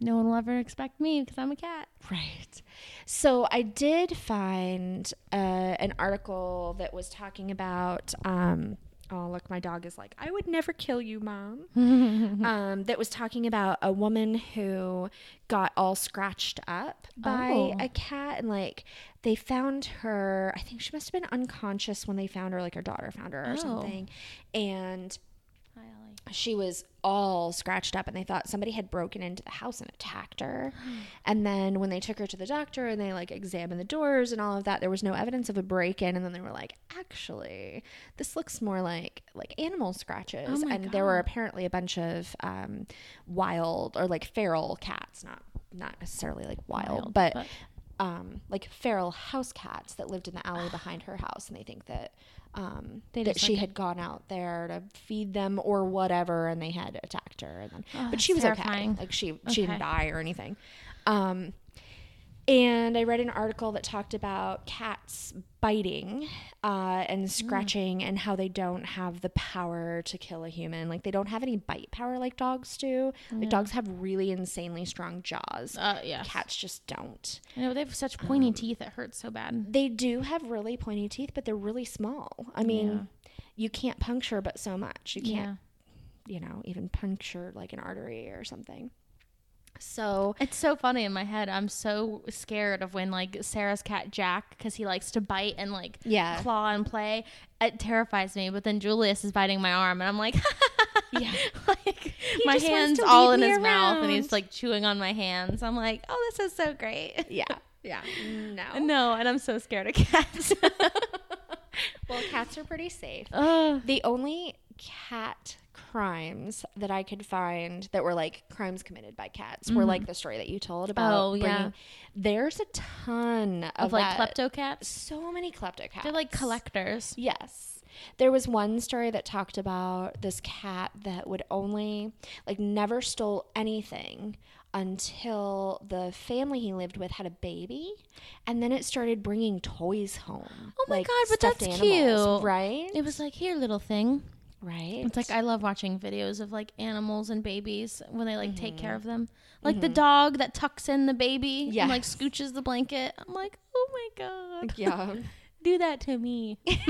Speaker 2: "No one will ever expect me because I'm a cat."
Speaker 1: right. So I did find uh, an article that was talking about. Um, oh look, my dog is like, I would never kill you, mom. um, that was talking about a woman who got all scratched up by
Speaker 2: Oh.
Speaker 1: a cat and like they found her i think she must have been unconscious when they found her like her daughter found her or
Speaker 2: Oh.
Speaker 1: something and
Speaker 2: Hi, Ellie.
Speaker 1: she was all scratched up and they thought somebody had broken into the house and attacked her and then when they took her to the doctor and they like examined the doors and all of that there was no evidence of a break-in and then they were like actually this looks more like like animal scratches
Speaker 2: Oh my
Speaker 1: and there were apparently a bunch of um, wild or like feral cats not not necessarily like wild,
Speaker 2: Wild,
Speaker 1: but,
Speaker 2: but-
Speaker 1: um like feral house cats that lived in the alley behind her house and they think that um, that
Speaker 2: just,
Speaker 1: she
Speaker 2: like,
Speaker 1: had gone out there to feed them or whatever and they had attacked her and then,
Speaker 2: Oh,
Speaker 1: but she was
Speaker 2: that's terrifying.
Speaker 1: okay like she she didn't
Speaker 2: Okay.
Speaker 1: die or anything um and I read an article that talked about cats biting uh,
Speaker 2: Mm.
Speaker 1: and scratching and how they don't have the power to kill a human. Like, they don't have any bite power like dogs do. Like, dogs have really insanely strong jaws.
Speaker 2: Uh, yes.
Speaker 1: Cats just don't.
Speaker 2: I know they have such pointy
Speaker 1: Um,
Speaker 2: teeth; it hurts so bad.
Speaker 1: They do have really pointy teeth, but they're really small. I mean, you can't puncture but so much. You can't
Speaker 2: Yeah,
Speaker 1: you know, even puncture like an artery or something. So,
Speaker 2: it's so funny in my head. I'm so scared of when like Sarah's cat Jack, because he likes to bite and like
Speaker 1: Yeah.
Speaker 2: claw and play. It terrifies me. But then Julius is biting my arm, and I'm like,
Speaker 1: yeah.
Speaker 2: like my
Speaker 1: just wants
Speaker 2: hands
Speaker 1: to
Speaker 2: all
Speaker 1: lead
Speaker 2: in
Speaker 1: me
Speaker 2: his mouth and
Speaker 1: around.
Speaker 2: he's like chewing on my hands i'm like oh this is so great
Speaker 1: Yeah. Yeah. No.
Speaker 2: no and i'm so scared of cats
Speaker 1: Well, cats are pretty safe.
Speaker 2: oh
Speaker 1: The only cat crimes that I could find that were like crimes committed by cats were like the story that you told about
Speaker 2: Mm-hmm. Oh, yeah.
Speaker 1: There's a ton of,
Speaker 2: of like
Speaker 1: that.
Speaker 2: klepto cats
Speaker 1: So many klepto cats.
Speaker 2: they're like collectors
Speaker 1: Yes. There was one story that talked about this cat that would only, like, never stole anything until the family he lived with had a baby. And then it started bringing toys home.
Speaker 2: Oh my
Speaker 1: like
Speaker 2: God, but
Speaker 1: stuffed
Speaker 2: that's
Speaker 1: animals,
Speaker 2: cute.
Speaker 1: Right?
Speaker 2: it was like here little thing
Speaker 1: right.
Speaker 2: it's like i love watching videos of like animals and babies when they like take care of them like the dog that tucks in the baby and like
Speaker 1: Yes.
Speaker 2: scooches the blanket i'm like oh my god
Speaker 1: yeah.
Speaker 2: do that to me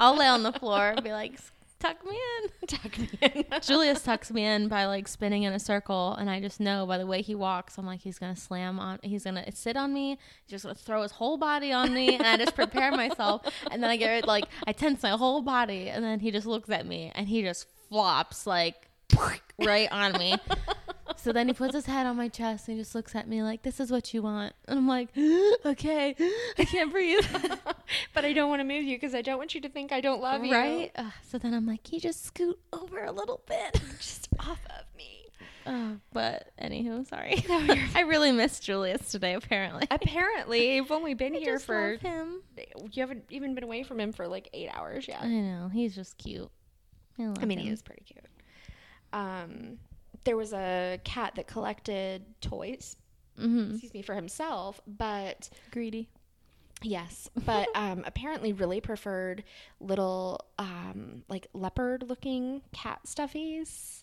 Speaker 2: i'll lay on the floor and be like tuck me in
Speaker 1: Tuck me in.
Speaker 2: Julius tucks me in by like spinning in a circle, and I just know by the way he walks, I'm like he's gonna slam on, he's gonna sit on me, he's just gonna throw his whole body on me, and I just prepare myself, and then I get like I tense my whole body, and then he just looks at me, and he just flops like right on me. So then he puts his head on my chest and he just looks at me like, "This is what you want," and I'm like, "Okay, I can't breathe."
Speaker 1: but I don't want to move you because I don't want you to think I don't love you.
Speaker 2: right? Ugh, so then I'm like, "You just scoot over a little bit."
Speaker 1: Just off of me.
Speaker 2: Uh, but anywho, sorry.
Speaker 1: No, you're
Speaker 2: I really miss Julius today. Apparently,
Speaker 1: Apparently, you've only been
Speaker 2: I
Speaker 1: here
Speaker 2: just
Speaker 1: for
Speaker 2: love him.
Speaker 1: you haven't even been away from him for like eight hours yet.
Speaker 2: I know he's just cute. I, love
Speaker 1: I mean,
Speaker 2: him.
Speaker 1: he is pretty cute. Um, there was a cat that collected toys,
Speaker 2: Mhm.
Speaker 1: excuse me, for himself, but
Speaker 2: greedy.
Speaker 1: yes, but um, apparently really preferred little um, like leopard looking cat stuffies.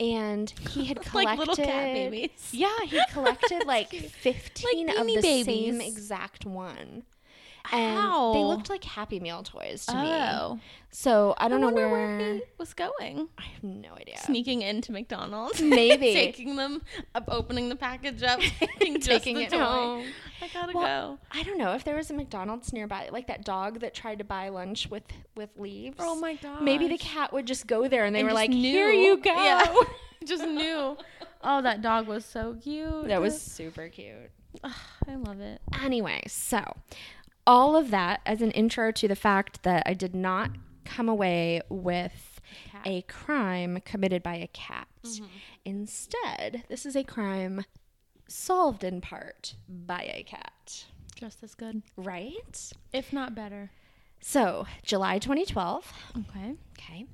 Speaker 1: And he had collected
Speaker 2: like little cat babies.
Speaker 1: Yeah, he collected like
Speaker 2: That's cute.
Speaker 1: 15
Speaker 2: Like
Speaker 1: of
Speaker 2: Beanie
Speaker 1: the same
Speaker 2: Babies.
Speaker 1: exact one. And they
Speaker 2: How?
Speaker 1: looked like Happy Meal toys to me.
Speaker 2: Oh,
Speaker 1: So I don't know
Speaker 2: wonder
Speaker 1: where,
Speaker 2: where he was going.
Speaker 1: I have no idea.
Speaker 2: Sneaking into McDonald's,
Speaker 1: Maybe.
Speaker 2: taking them up, opening the package up, taking, just
Speaker 1: Taking
Speaker 2: the
Speaker 1: it
Speaker 2: toy.
Speaker 1: home.
Speaker 2: I gotta
Speaker 1: Well, I don't know if there was a McDonald's nearby, like that dog that tried to buy lunch with with leaves.
Speaker 2: go. god.
Speaker 1: Maybe the cat would just go there, and oh they
Speaker 2: Oh And
Speaker 1: were like,
Speaker 2: just knew.
Speaker 1: "Here you go."
Speaker 2: Yeah. just knew. Oh, that dog was so cute.
Speaker 1: That was super cute.
Speaker 2: Ugh, I love it.
Speaker 1: Anyway, so all of that as an intro to the fact that I did not come away with
Speaker 2: Cat. Mm-hmm.
Speaker 1: a crime committed by a cat. Instead, this is a crime solved in part by a cat.
Speaker 2: Just as good,
Speaker 1: Right?
Speaker 2: if not better.
Speaker 1: So, July 2012,
Speaker 2: Okay.
Speaker 1: Okay.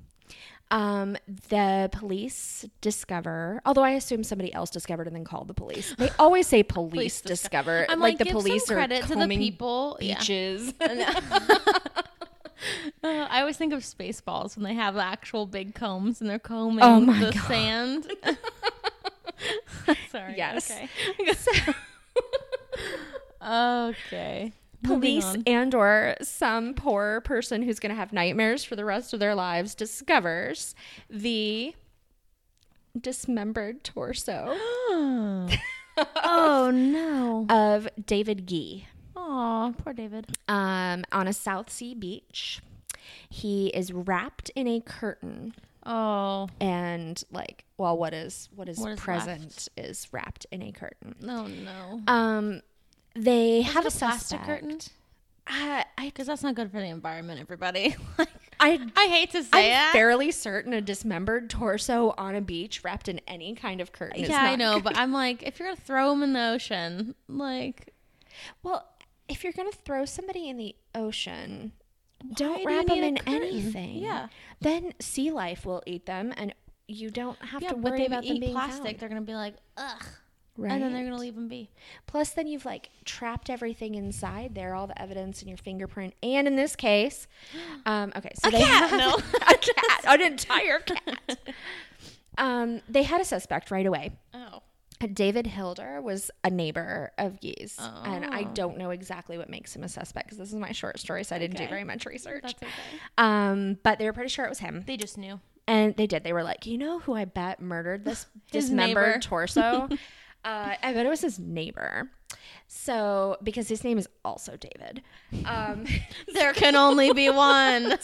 Speaker 1: Um, the police discover, although I assume somebody else discovered and then called the police. They always say police, discover.
Speaker 2: I'm
Speaker 1: like,
Speaker 2: like,
Speaker 1: the
Speaker 2: give
Speaker 1: police
Speaker 2: some
Speaker 1: are
Speaker 2: credit to the
Speaker 1: combing
Speaker 2: people. Yeah.
Speaker 1: beaches.
Speaker 2: Uh, I always think of Spaceballs when they have actual big combs and they're combing
Speaker 1: Oh my
Speaker 2: the
Speaker 1: God.
Speaker 2: sand. Sorry.
Speaker 1: Yes.
Speaker 2: Okay.
Speaker 1: So,
Speaker 2: Okay. Moving
Speaker 1: police
Speaker 2: on.
Speaker 1: and or some poor person who's going to have nightmares for the rest of their lives discovers the dismembered torso Ah.
Speaker 2: oh no.
Speaker 1: of David Gee.
Speaker 2: Aw, poor David.
Speaker 1: um, on a South Sea beach. He is wrapped in a curtain,
Speaker 2: Oh
Speaker 1: and like, well, what is what is
Speaker 2: What is
Speaker 1: present is wrapped in a curtain.
Speaker 2: no no.
Speaker 1: Um, they have
Speaker 2: it
Speaker 1: a
Speaker 2: a plastic
Speaker 1: suspect.
Speaker 2: curtain?
Speaker 1: I, I,
Speaker 2: Because that's not good for the environment, everybody. like,
Speaker 1: I,
Speaker 2: I hate to
Speaker 1: I'm
Speaker 2: say it.
Speaker 1: fairly certain a dismembered torso on a beach wrapped in any kind of curtain. is
Speaker 2: yeah, I
Speaker 1: not-
Speaker 2: know, but I'm like, if you're gonna throw him in the ocean, like,
Speaker 1: Well, if you're gonna throw somebody in the ocean,
Speaker 2: do
Speaker 1: don't
Speaker 2: you
Speaker 1: wrap them
Speaker 2: need a
Speaker 1: in
Speaker 2: curtain?
Speaker 1: anything.
Speaker 2: Yeah.
Speaker 1: Then sea life will eat them, and you don't have
Speaker 2: yeah,
Speaker 1: to
Speaker 2: but
Speaker 1: worry
Speaker 2: they
Speaker 1: about them
Speaker 2: eat
Speaker 1: being
Speaker 2: plastic,
Speaker 1: found.
Speaker 2: they're gonna be like, ugh,
Speaker 1: Right.
Speaker 2: and then they're gonna leave him be.
Speaker 1: Plus, then you've like trapped everything inside there, all the evidence in your fingerprint, and in this case, um, okay, so they
Speaker 2: cat,
Speaker 1: have
Speaker 2: no.
Speaker 1: a cat, an entire cat. Um, they had a suspect right away.
Speaker 2: Oh,
Speaker 1: David Hilder was a neighbor of Gee's, and I
Speaker 2: Oh.
Speaker 1: don't know exactly what makes him a suspect because this is my short story, so I didn't do
Speaker 2: Okay.
Speaker 1: very much research.
Speaker 2: that's okay.
Speaker 1: Um, but they were pretty sure it was him,
Speaker 2: They just knew.
Speaker 1: and they did. They were like, you know, who I bet murdered this
Speaker 2: His
Speaker 1: dismembered
Speaker 2: neighbor."
Speaker 1: torso. uh, I bet it was his neighbor. So because his name is also David. Um,
Speaker 2: There can only be one.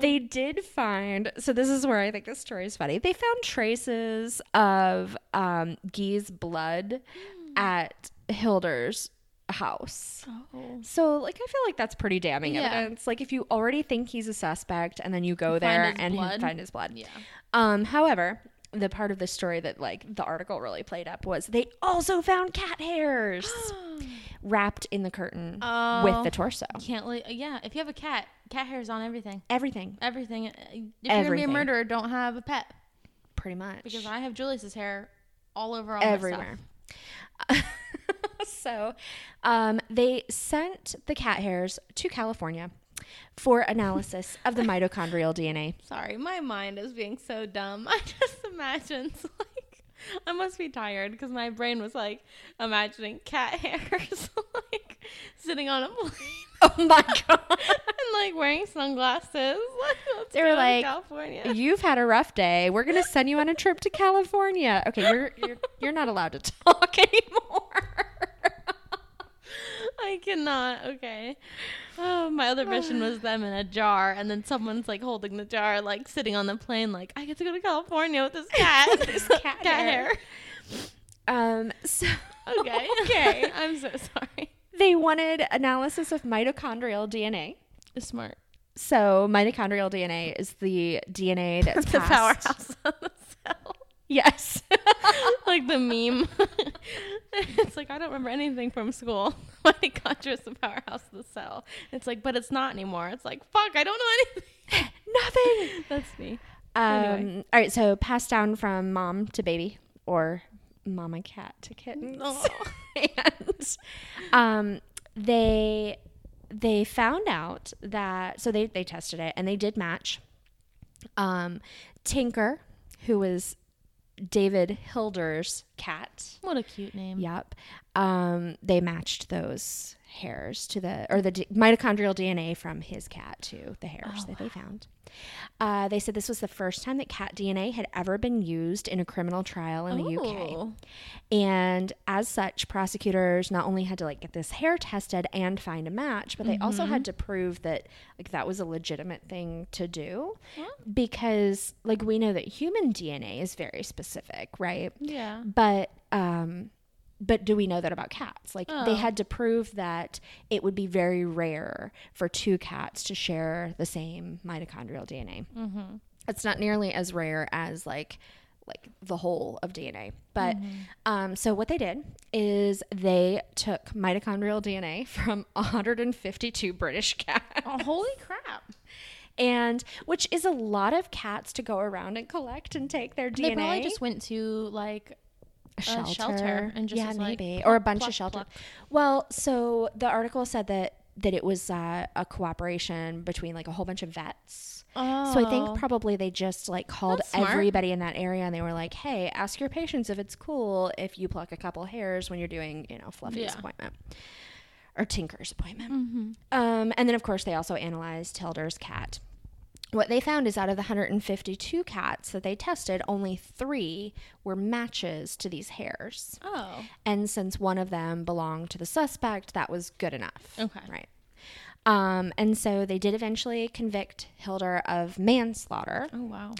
Speaker 1: they did find. So this is where I think this story is funny. They found traces of um, Gee's blood
Speaker 2: Hmm.
Speaker 1: at Hilder's house.
Speaker 2: Oh.
Speaker 1: So, like, I feel like that's pretty damning
Speaker 2: Yeah.
Speaker 1: evidence. Like, if you already think he's a suspect and then you go there
Speaker 2: his
Speaker 1: and you
Speaker 2: blood.
Speaker 1: find his blood.
Speaker 2: Yeah.
Speaker 1: Um, however, the part of the story that, like, the article really played up was they also found cat hairs wrapped in the curtain with
Speaker 2: Oh.
Speaker 1: the torso.
Speaker 2: Can't leave. Yeah, if you have a cat, cat hair's on everything.
Speaker 1: Everything,
Speaker 2: Everything. uh, If you're gonna be a
Speaker 1: Everything.
Speaker 2: murderer, don't have a pet.
Speaker 1: pretty much.
Speaker 2: Because I have Julius's hair all over all
Speaker 1: everywhere. so, um, they sent the cat hairs to California for analysis of the mitochondrial DNA.
Speaker 2: My stuff. Sorry, my mind is being so dumb. I just imagine it's like I must be tired because my brain was like imagining cat hairs like sitting on a plane
Speaker 1: Oh my god.
Speaker 2: and like wearing sunglasses. Like, let's
Speaker 1: They were
Speaker 2: go to
Speaker 1: like,
Speaker 2: California.
Speaker 1: You've had a rough day. We're gonna send you on a trip to California. Okay, you're you're, you're not allowed to talk anymore.
Speaker 2: I I cannot. Okay. Oh, my other vision was them in a jar, and then someone's like holding the jar, like sitting on the plane, like I get to go to California with this cat,
Speaker 1: This cat hair. Um, so
Speaker 2: Okay.
Speaker 1: okay.
Speaker 2: I'm so sorry.
Speaker 1: They wanted analysis of mitochondrial DNA.
Speaker 2: Smart.
Speaker 1: So mitochondrial DNA is the DNA that's
Speaker 2: The
Speaker 1: passed-
Speaker 2: powerhouse of the cell.
Speaker 1: Yes.
Speaker 2: like the meme. it's like I don't remember anything from school. Mitochondria is the powerhouse of the cell. It's like, but it's not anymore. It's like, fuck, I don't know anything.
Speaker 1: Nothing.
Speaker 2: That's me.
Speaker 1: Um,
Speaker 2: Anyway.
Speaker 1: All right, so passed down from mom to baby or mama cat to kittens.
Speaker 2: Oh.
Speaker 1: and um, they they found out that so they they tested it and they did match. Um, Tinker, who was David Hilder's cat.
Speaker 2: What a cute name.
Speaker 1: Yep. Um, they matched those hairs to the or the d- mitochondrial DNA from his cat to the hairs that they found. Uh, they said this was the first time that cat DNA had ever been used in a criminal trial in the UK.
Speaker 2: Ooh.
Speaker 1: And as such, prosecutors not only had to like get this hair tested and find a match, but they also had to prove that like that was a legitimate thing to do because like we know that human DNA is very specific, right?
Speaker 2: Yeah.
Speaker 1: but um but do we know that about cats like they
Speaker 2: Oh.
Speaker 1: had to prove that it would be very rare for two cats to share the same mitochondrial dna
Speaker 2: Mm-hmm.
Speaker 1: it's not nearly as rare as like like the whole of dna but
Speaker 2: Mm-hmm.
Speaker 1: um, so what they did is they took mitochondrial dna from 152 british cats
Speaker 2: Oh, holy crap.
Speaker 1: and which is a lot of cats to go around and collect and take their dna
Speaker 2: They probably just went to like
Speaker 1: a
Speaker 2: shelter
Speaker 1: shelter,
Speaker 2: and just
Speaker 1: yeah,
Speaker 2: was like,
Speaker 1: maybe or a bunch
Speaker 2: pluck,
Speaker 1: of shelter.
Speaker 2: pluck.
Speaker 1: Well, so the article said that that it was uh, a cooperation between like a whole bunch of vets.
Speaker 2: oh.
Speaker 1: So I think probably they just like called
Speaker 2: That's smart.
Speaker 1: everybody in that area and they were like, "Hey, ask your patients if it's cool if you pluck a couple hairs when you're doing, you know, Fluffy's
Speaker 2: Yeah. Mm-hmm.
Speaker 1: appointment or Tinker's appointment." Um, and then of course they also analyzed Hilder's cat. What they found is out of the 152 cats that they tested, only 3 were matches to these hairs.
Speaker 2: Oh.
Speaker 1: And since one of them belonged to the suspect, that was good enough.
Speaker 2: Okay.
Speaker 1: Right. Um, and so they did eventually convict Hilder of manslaughter.
Speaker 2: Oh wow.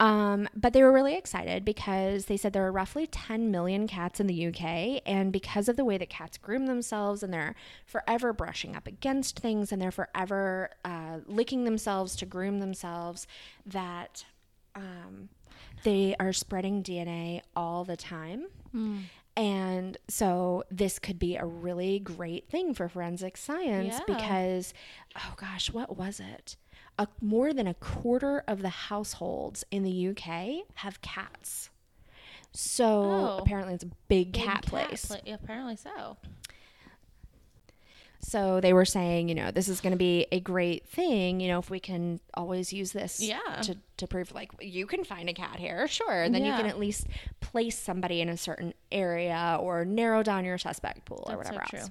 Speaker 1: Um, but they were really excited because they said there are roughly 10 million cats in the UK. And because of the way that cats groom themselves and they're forever brushing up against things and they're forever uh, licking themselves to groom themselves, that um, they are spreading DNA all the time. And so this could be a really great thing for forensic science
Speaker 2: Yeah.
Speaker 1: because, oh gosh, what was it? A, more than a quarter of the households in the UK have cats. So
Speaker 2: Oh.
Speaker 1: apparently it's a big,
Speaker 2: Big
Speaker 1: cat, place.
Speaker 2: pla- apparently so.
Speaker 1: So they were saying, you know, this is going to be a great thing, you know, if we can always use this
Speaker 2: Yeah.
Speaker 1: to, to prove like you can find a cat hair, sure. And then you
Speaker 2: Yeah.
Speaker 1: can at least place somebody in a certain area or narrow down your suspect pool or
Speaker 2: That's so
Speaker 1: whatever else.
Speaker 2: true.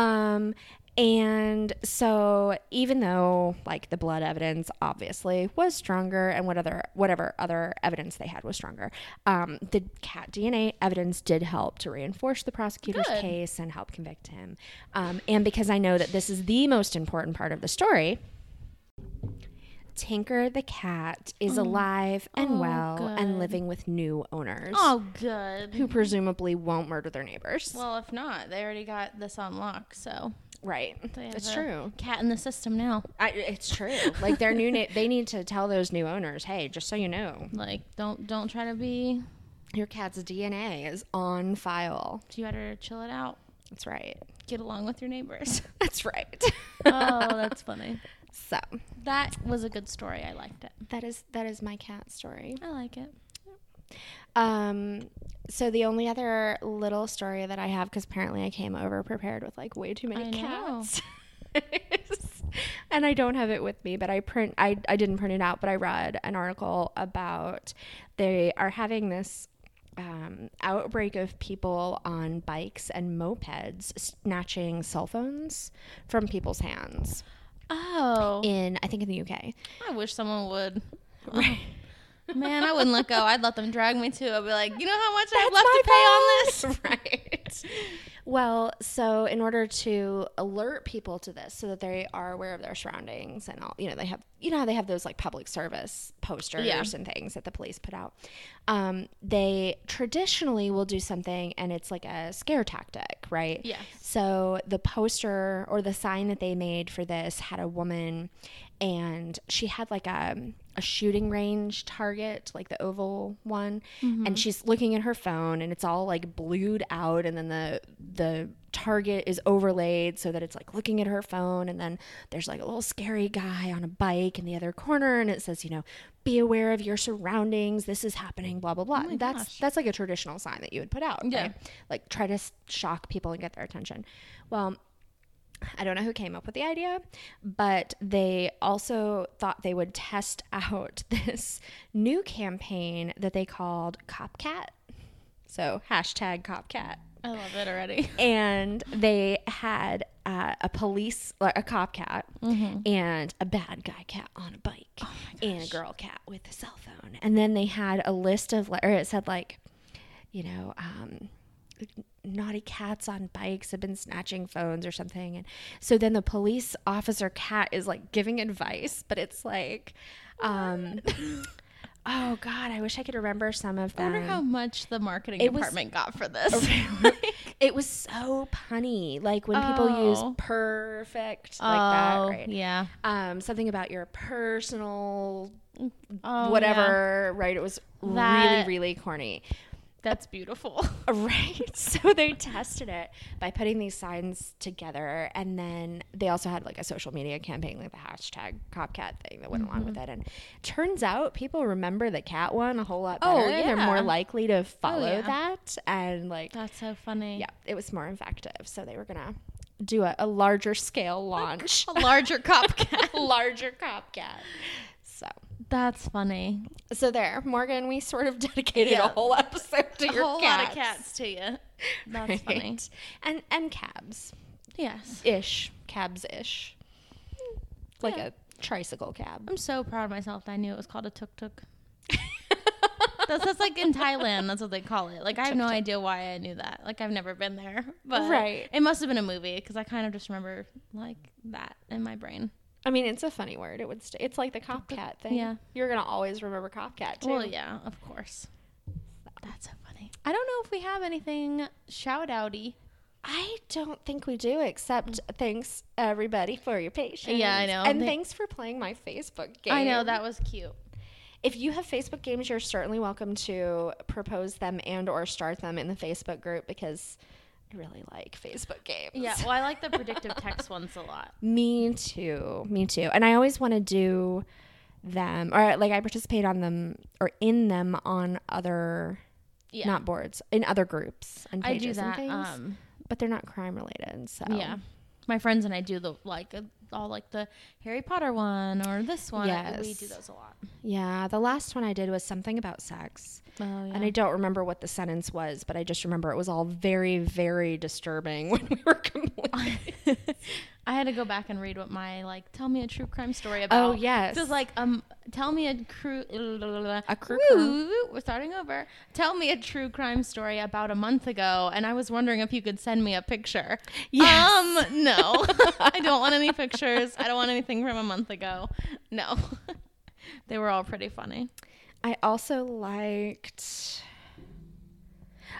Speaker 1: Um, and so even though like the blood evidence obviously was stronger and what other whatever other evidence they had was stronger, um, the cat DNA evidence did help to reinforce the prosecutor's
Speaker 2: Good.
Speaker 1: case and help convict him. Um, and because I know that this is the most important part of the story, Tinker the cat is alive and
Speaker 2: Oh,
Speaker 1: well
Speaker 2: good.
Speaker 1: and living with new owners
Speaker 2: Oh good.
Speaker 1: who presumably won't murder their neighbors.
Speaker 2: Well, if not, they already got this on lock, so
Speaker 1: right.
Speaker 2: they have
Speaker 1: That's
Speaker 2: a
Speaker 1: true.
Speaker 2: Cat in the system now.
Speaker 1: I, it's true. Like their new, na- they need to tell those new owners, hey, just so you know,
Speaker 2: Like, don't don't try to be.
Speaker 1: your cat's DNA is on file.
Speaker 2: You better chill it out.
Speaker 1: That's right.
Speaker 2: Get along with your neighbors.
Speaker 1: That's right.
Speaker 2: oh, that's funny.
Speaker 1: so
Speaker 2: That was a good story. I liked it.
Speaker 1: that is that is my cat story.
Speaker 2: I like it.
Speaker 1: Um, so the only other little story that I have, because apparently I came over prepared with like way too many
Speaker 2: I know.
Speaker 1: cats. and I don't have it with me, but I print I, I didn't print it out, but I read an article about they are having this um, outbreak of people on bikes and mopeds snatching cell phones from people's hands
Speaker 2: Oh,
Speaker 1: in I think in the UK.
Speaker 2: I wish someone would. Man, I wouldn't let go. I'd let them drag me too. I'd be like, you know how much I have left to pay on this?
Speaker 1: right. Well, so in order to alert people to this so that they are aware of their surroundings and all, you know, they have, you know, how they have those like public service posters
Speaker 2: Yeah.
Speaker 1: and things that the police put out. Um, they traditionally will do something and it's like a scare tactic, right?
Speaker 2: Yes.
Speaker 1: So the poster or the sign that they made for this had a woman and she had like a a shooting range target, like the oval one, and she's looking at her phone and it's all like blued out and then the the target is overlaid so that it's like looking at her phone and then there's like a little scary guy on a bike in the other corner and it says, you know, be aware of your surroundings, this is happening, blah blah blah. And that's that's like a traditional sign that you would put out,
Speaker 2: Yeah.
Speaker 1: right? Like try to s- shock people and get their attention. Well, I don't know who came up with the idea, but they also thought they would test out this new campaign that they called Copcat. So hashtag Copcat.
Speaker 2: I love it already.
Speaker 1: And they had uh, a police, like a cop cat,
Speaker 2: Mm-hmm.
Speaker 1: and a bad guy cat on a bike,
Speaker 2: Oh
Speaker 1: and a girl cat with a cell phone. And then they had a list of, like- or it said like, you know, um, naughty cats on bikes have been snatching phones or something. And so then the police officer cat is like giving advice, but it's like, um, oh God, I wish I could remember some of
Speaker 2: I
Speaker 1: them.
Speaker 2: wonder how much the marketing
Speaker 1: It was-
Speaker 2: department got for this.
Speaker 1: it was so punny. Like when people use
Speaker 2: Oh.
Speaker 1: perfect like that,
Speaker 2: Oh,
Speaker 1: right?
Speaker 2: Yeah.
Speaker 1: Um, something about your personal
Speaker 2: Oh, yeah.
Speaker 1: whatever, right? It was
Speaker 2: That-
Speaker 1: really, really corny.
Speaker 2: That's beautiful.
Speaker 1: Right. So they tested it by putting these signs together. And then they also had like a social media campaign, like the hashtag Copcat thing that went along
Speaker 2: Mm-hmm.
Speaker 1: with it. And turns out people remember the cat one a whole lot
Speaker 2: Oh,
Speaker 1: better. They're more
Speaker 2: yeah. Oh,
Speaker 1: likely to follow
Speaker 2: yeah.
Speaker 1: that. And like,
Speaker 2: That's so funny.
Speaker 1: yeah, it was more effective. So they were going to do a, a larger scale
Speaker 2: Oh
Speaker 1: launch,
Speaker 2: A larger copcat.
Speaker 1: larger Copcat. So.
Speaker 2: That's funny.
Speaker 1: So there, Morgan, we sort of dedicated
Speaker 2: Yeah.
Speaker 1: a whole episode to your
Speaker 2: a whole lot of
Speaker 1: cats.
Speaker 2: cats to you. That's
Speaker 1: Right.
Speaker 2: funny.
Speaker 1: And and cabs.
Speaker 2: Yes.
Speaker 1: Ish. Cabs ish. Like
Speaker 2: Yeah.
Speaker 1: a tricycle cab.
Speaker 2: I'm so proud of myself that I knew it was called a tuk tuk. That's, that's like in Thailand. That's what they call it. Like I have no idea why I knew that. Like I've never been there, but
Speaker 1: Right.
Speaker 2: it must have been a movie because I kind of just remember like that in my brain.
Speaker 1: I mean, it's a funny word. It would. St- it's like the cop cat thing.
Speaker 2: yeah.
Speaker 1: You're gonna always remember cop cat too.
Speaker 2: Well, yeah, of course. That's so funny. I don't know if we have anything shout outy.
Speaker 1: I don't think we do, except thanks everybody for your patience.
Speaker 2: Yeah, I know.
Speaker 1: And
Speaker 2: They-
Speaker 1: thanks for playing my Facebook game.
Speaker 2: I know that was cute.
Speaker 1: If you have Facebook games, you're certainly welcome to propose them and or start them in the Facebook group because I really like Facebook games.
Speaker 2: Yeah, well, I like the predictive text ones a lot.
Speaker 1: Me too. Me too. And I always want to do them or like I participate on them or in them on other
Speaker 2: Yeah.
Speaker 1: not boards in other groups and
Speaker 2: I do
Speaker 1: pages
Speaker 2: that.
Speaker 1: and things.
Speaker 2: Um,
Speaker 1: but they're not crime related. So
Speaker 2: Yeah. My friends and I do the like uh, all like the Harry Potter one or this one. We do
Speaker 1: Yes.
Speaker 2: those a lot.
Speaker 1: Yeah, The last one I did was something about sex.
Speaker 2: Oh yeah.
Speaker 1: And I don't remember what the sentence was, but I just remember it was all very, very disturbing when we were completing.
Speaker 2: I had to go back and read what my like tell me a true crime story about.
Speaker 1: Oh, yes.
Speaker 2: So it's like um tell me a crew a
Speaker 1: crew
Speaker 2: We're starting over. Tell me a true crime story about a month ago, and I was wondering if you could send me a picture.
Speaker 1: Yes.
Speaker 2: Um, no, I don't want any pictures. I don't want anything from a month ago. No, they were all pretty funny.
Speaker 1: I also liked.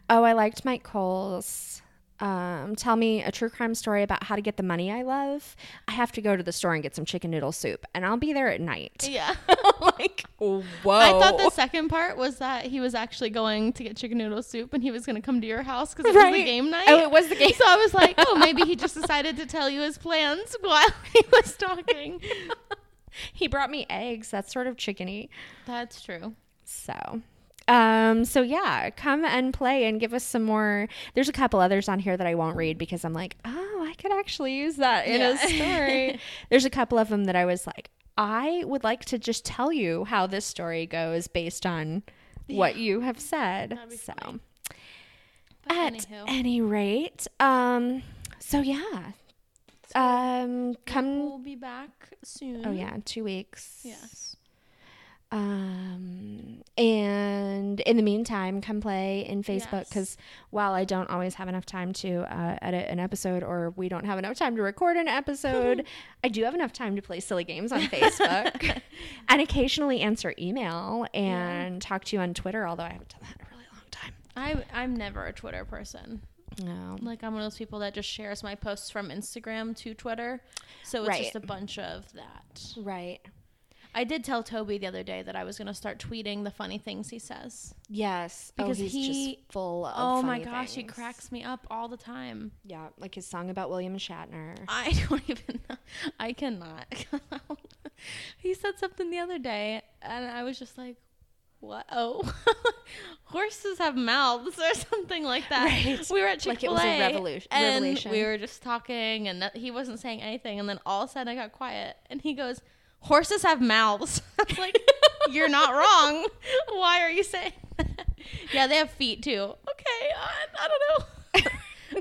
Speaker 1: Oh, I liked Mike Cole's. Um, tell me a true crime story about how to get the money I love. I have to go to the store and get some chicken noodle soup, and I'll be there at night.
Speaker 2: Yeah.
Speaker 1: like, whoa!
Speaker 2: I thought
Speaker 1: Oh.
Speaker 2: the second part was that he was actually going to get chicken noodle soup and he was going to come to your house because it was
Speaker 1: Right.
Speaker 2: the game night.
Speaker 1: Oh, it was the game.
Speaker 2: So I was like, oh, maybe he just decided to tell you his plans while he was talking.
Speaker 1: he brought me eggs. That's sort of chickeny.
Speaker 2: That's true.
Speaker 1: So, um, so yeah, come and play and give us some more. There's a couple others on here that I won't read because I'm like, oh, I could actually use that in a
Speaker 2: Yeah.
Speaker 1: story. There's a couple of them that I was like, I would like to just tell you how this story goes based on what you have said.
Speaker 2: That'd be
Speaker 1: So,
Speaker 2: funny. But
Speaker 1: at
Speaker 2: anywho,
Speaker 1: any rate, um, so yeah, um, come.
Speaker 2: we'll be back soon.
Speaker 1: Oh yeah, two weeks.
Speaker 2: Yes.
Speaker 1: Um, and in the meantime, come play in Facebook
Speaker 2: Yes.
Speaker 1: because while I don't always have enough time to uh, edit an episode or we don't have enough time to record an episode, I do have enough time to play silly games on Facebook and occasionally answer email and talk to you on Twitter, although I haven't done that in a really long time.
Speaker 2: I I'm never a Twitter person.
Speaker 1: No.
Speaker 2: Like I'm one of those people that just shares my posts from Instagram to Twitter. So it's
Speaker 1: Right.
Speaker 2: just a bunch of that.
Speaker 1: Right.
Speaker 2: I did tell Toby the other day that I was going to start tweeting the funny things he says.
Speaker 1: Yes.
Speaker 2: Because
Speaker 1: oh, he's
Speaker 2: he-
Speaker 1: just full of
Speaker 2: Oh my
Speaker 1: funny
Speaker 2: gosh, he
Speaker 1: things.
Speaker 2: cracks me up all the time.
Speaker 1: Yeah, like his song about William Shatner.
Speaker 2: I don't even know. I cannot. he said something the other day, and I was just like, what? Oh, horses have mouths or something like that.
Speaker 1: Right.
Speaker 2: We were at Chick
Speaker 1: Like
Speaker 2: Fil
Speaker 1: it was
Speaker 2: A,
Speaker 1: a revolu-
Speaker 2: and
Speaker 1: revelation.
Speaker 2: we were just talking, and that- he wasn't saying anything, and then all of a sudden I got quiet, and he goes, "Horses have mouths." I was like, "You're not wrong. Why are you saying?" That? Yeah, they have feet too. Okay, I, I don't know.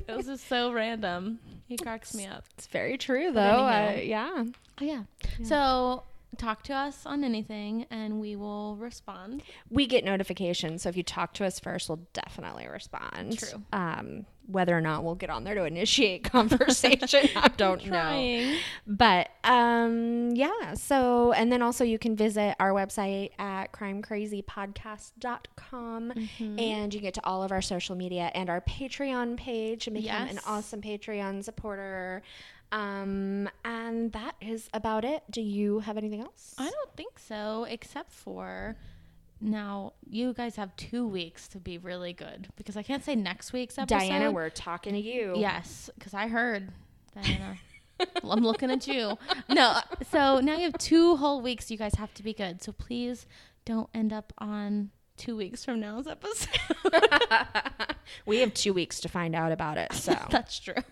Speaker 2: it was just so random. He cracks me up.
Speaker 1: It's very true, though.
Speaker 2: anyhow.
Speaker 1: Uh, yeah.
Speaker 2: Oh yeah. So talk to us on anything, and we will respond.
Speaker 1: we get notifications. So if you talk to us first, we'll definitely respond.
Speaker 2: True.
Speaker 1: Um, whether or not we'll get on there to initiate conversation, I don't know.
Speaker 2: Trying.
Speaker 1: But um, yeah. So, and then also you can visit our website at crimecrazypodcast.com
Speaker 2: Mm-hmm.
Speaker 1: and you get to all of our social media and our Patreon page and become an
Speaker 2: Yes.
Speaker 1: awesome Patreon supporter. Um, and that is about it. Do you have anything else?
Speaker 2: I don't think so, except for now you guys have two weeks to be really good because I can't say next week's episode.
Speaker 1: Diana, we're talking to you.
Speaker 2: yes, because I heard Diana. I'm looking at you. No, uh, so now you have two whole weeks. You guys have to be good. So please don't end up on two weeks from now's episode.
Speaker 1: we have two weeks to find out about it. So
Speaker 2: That's true.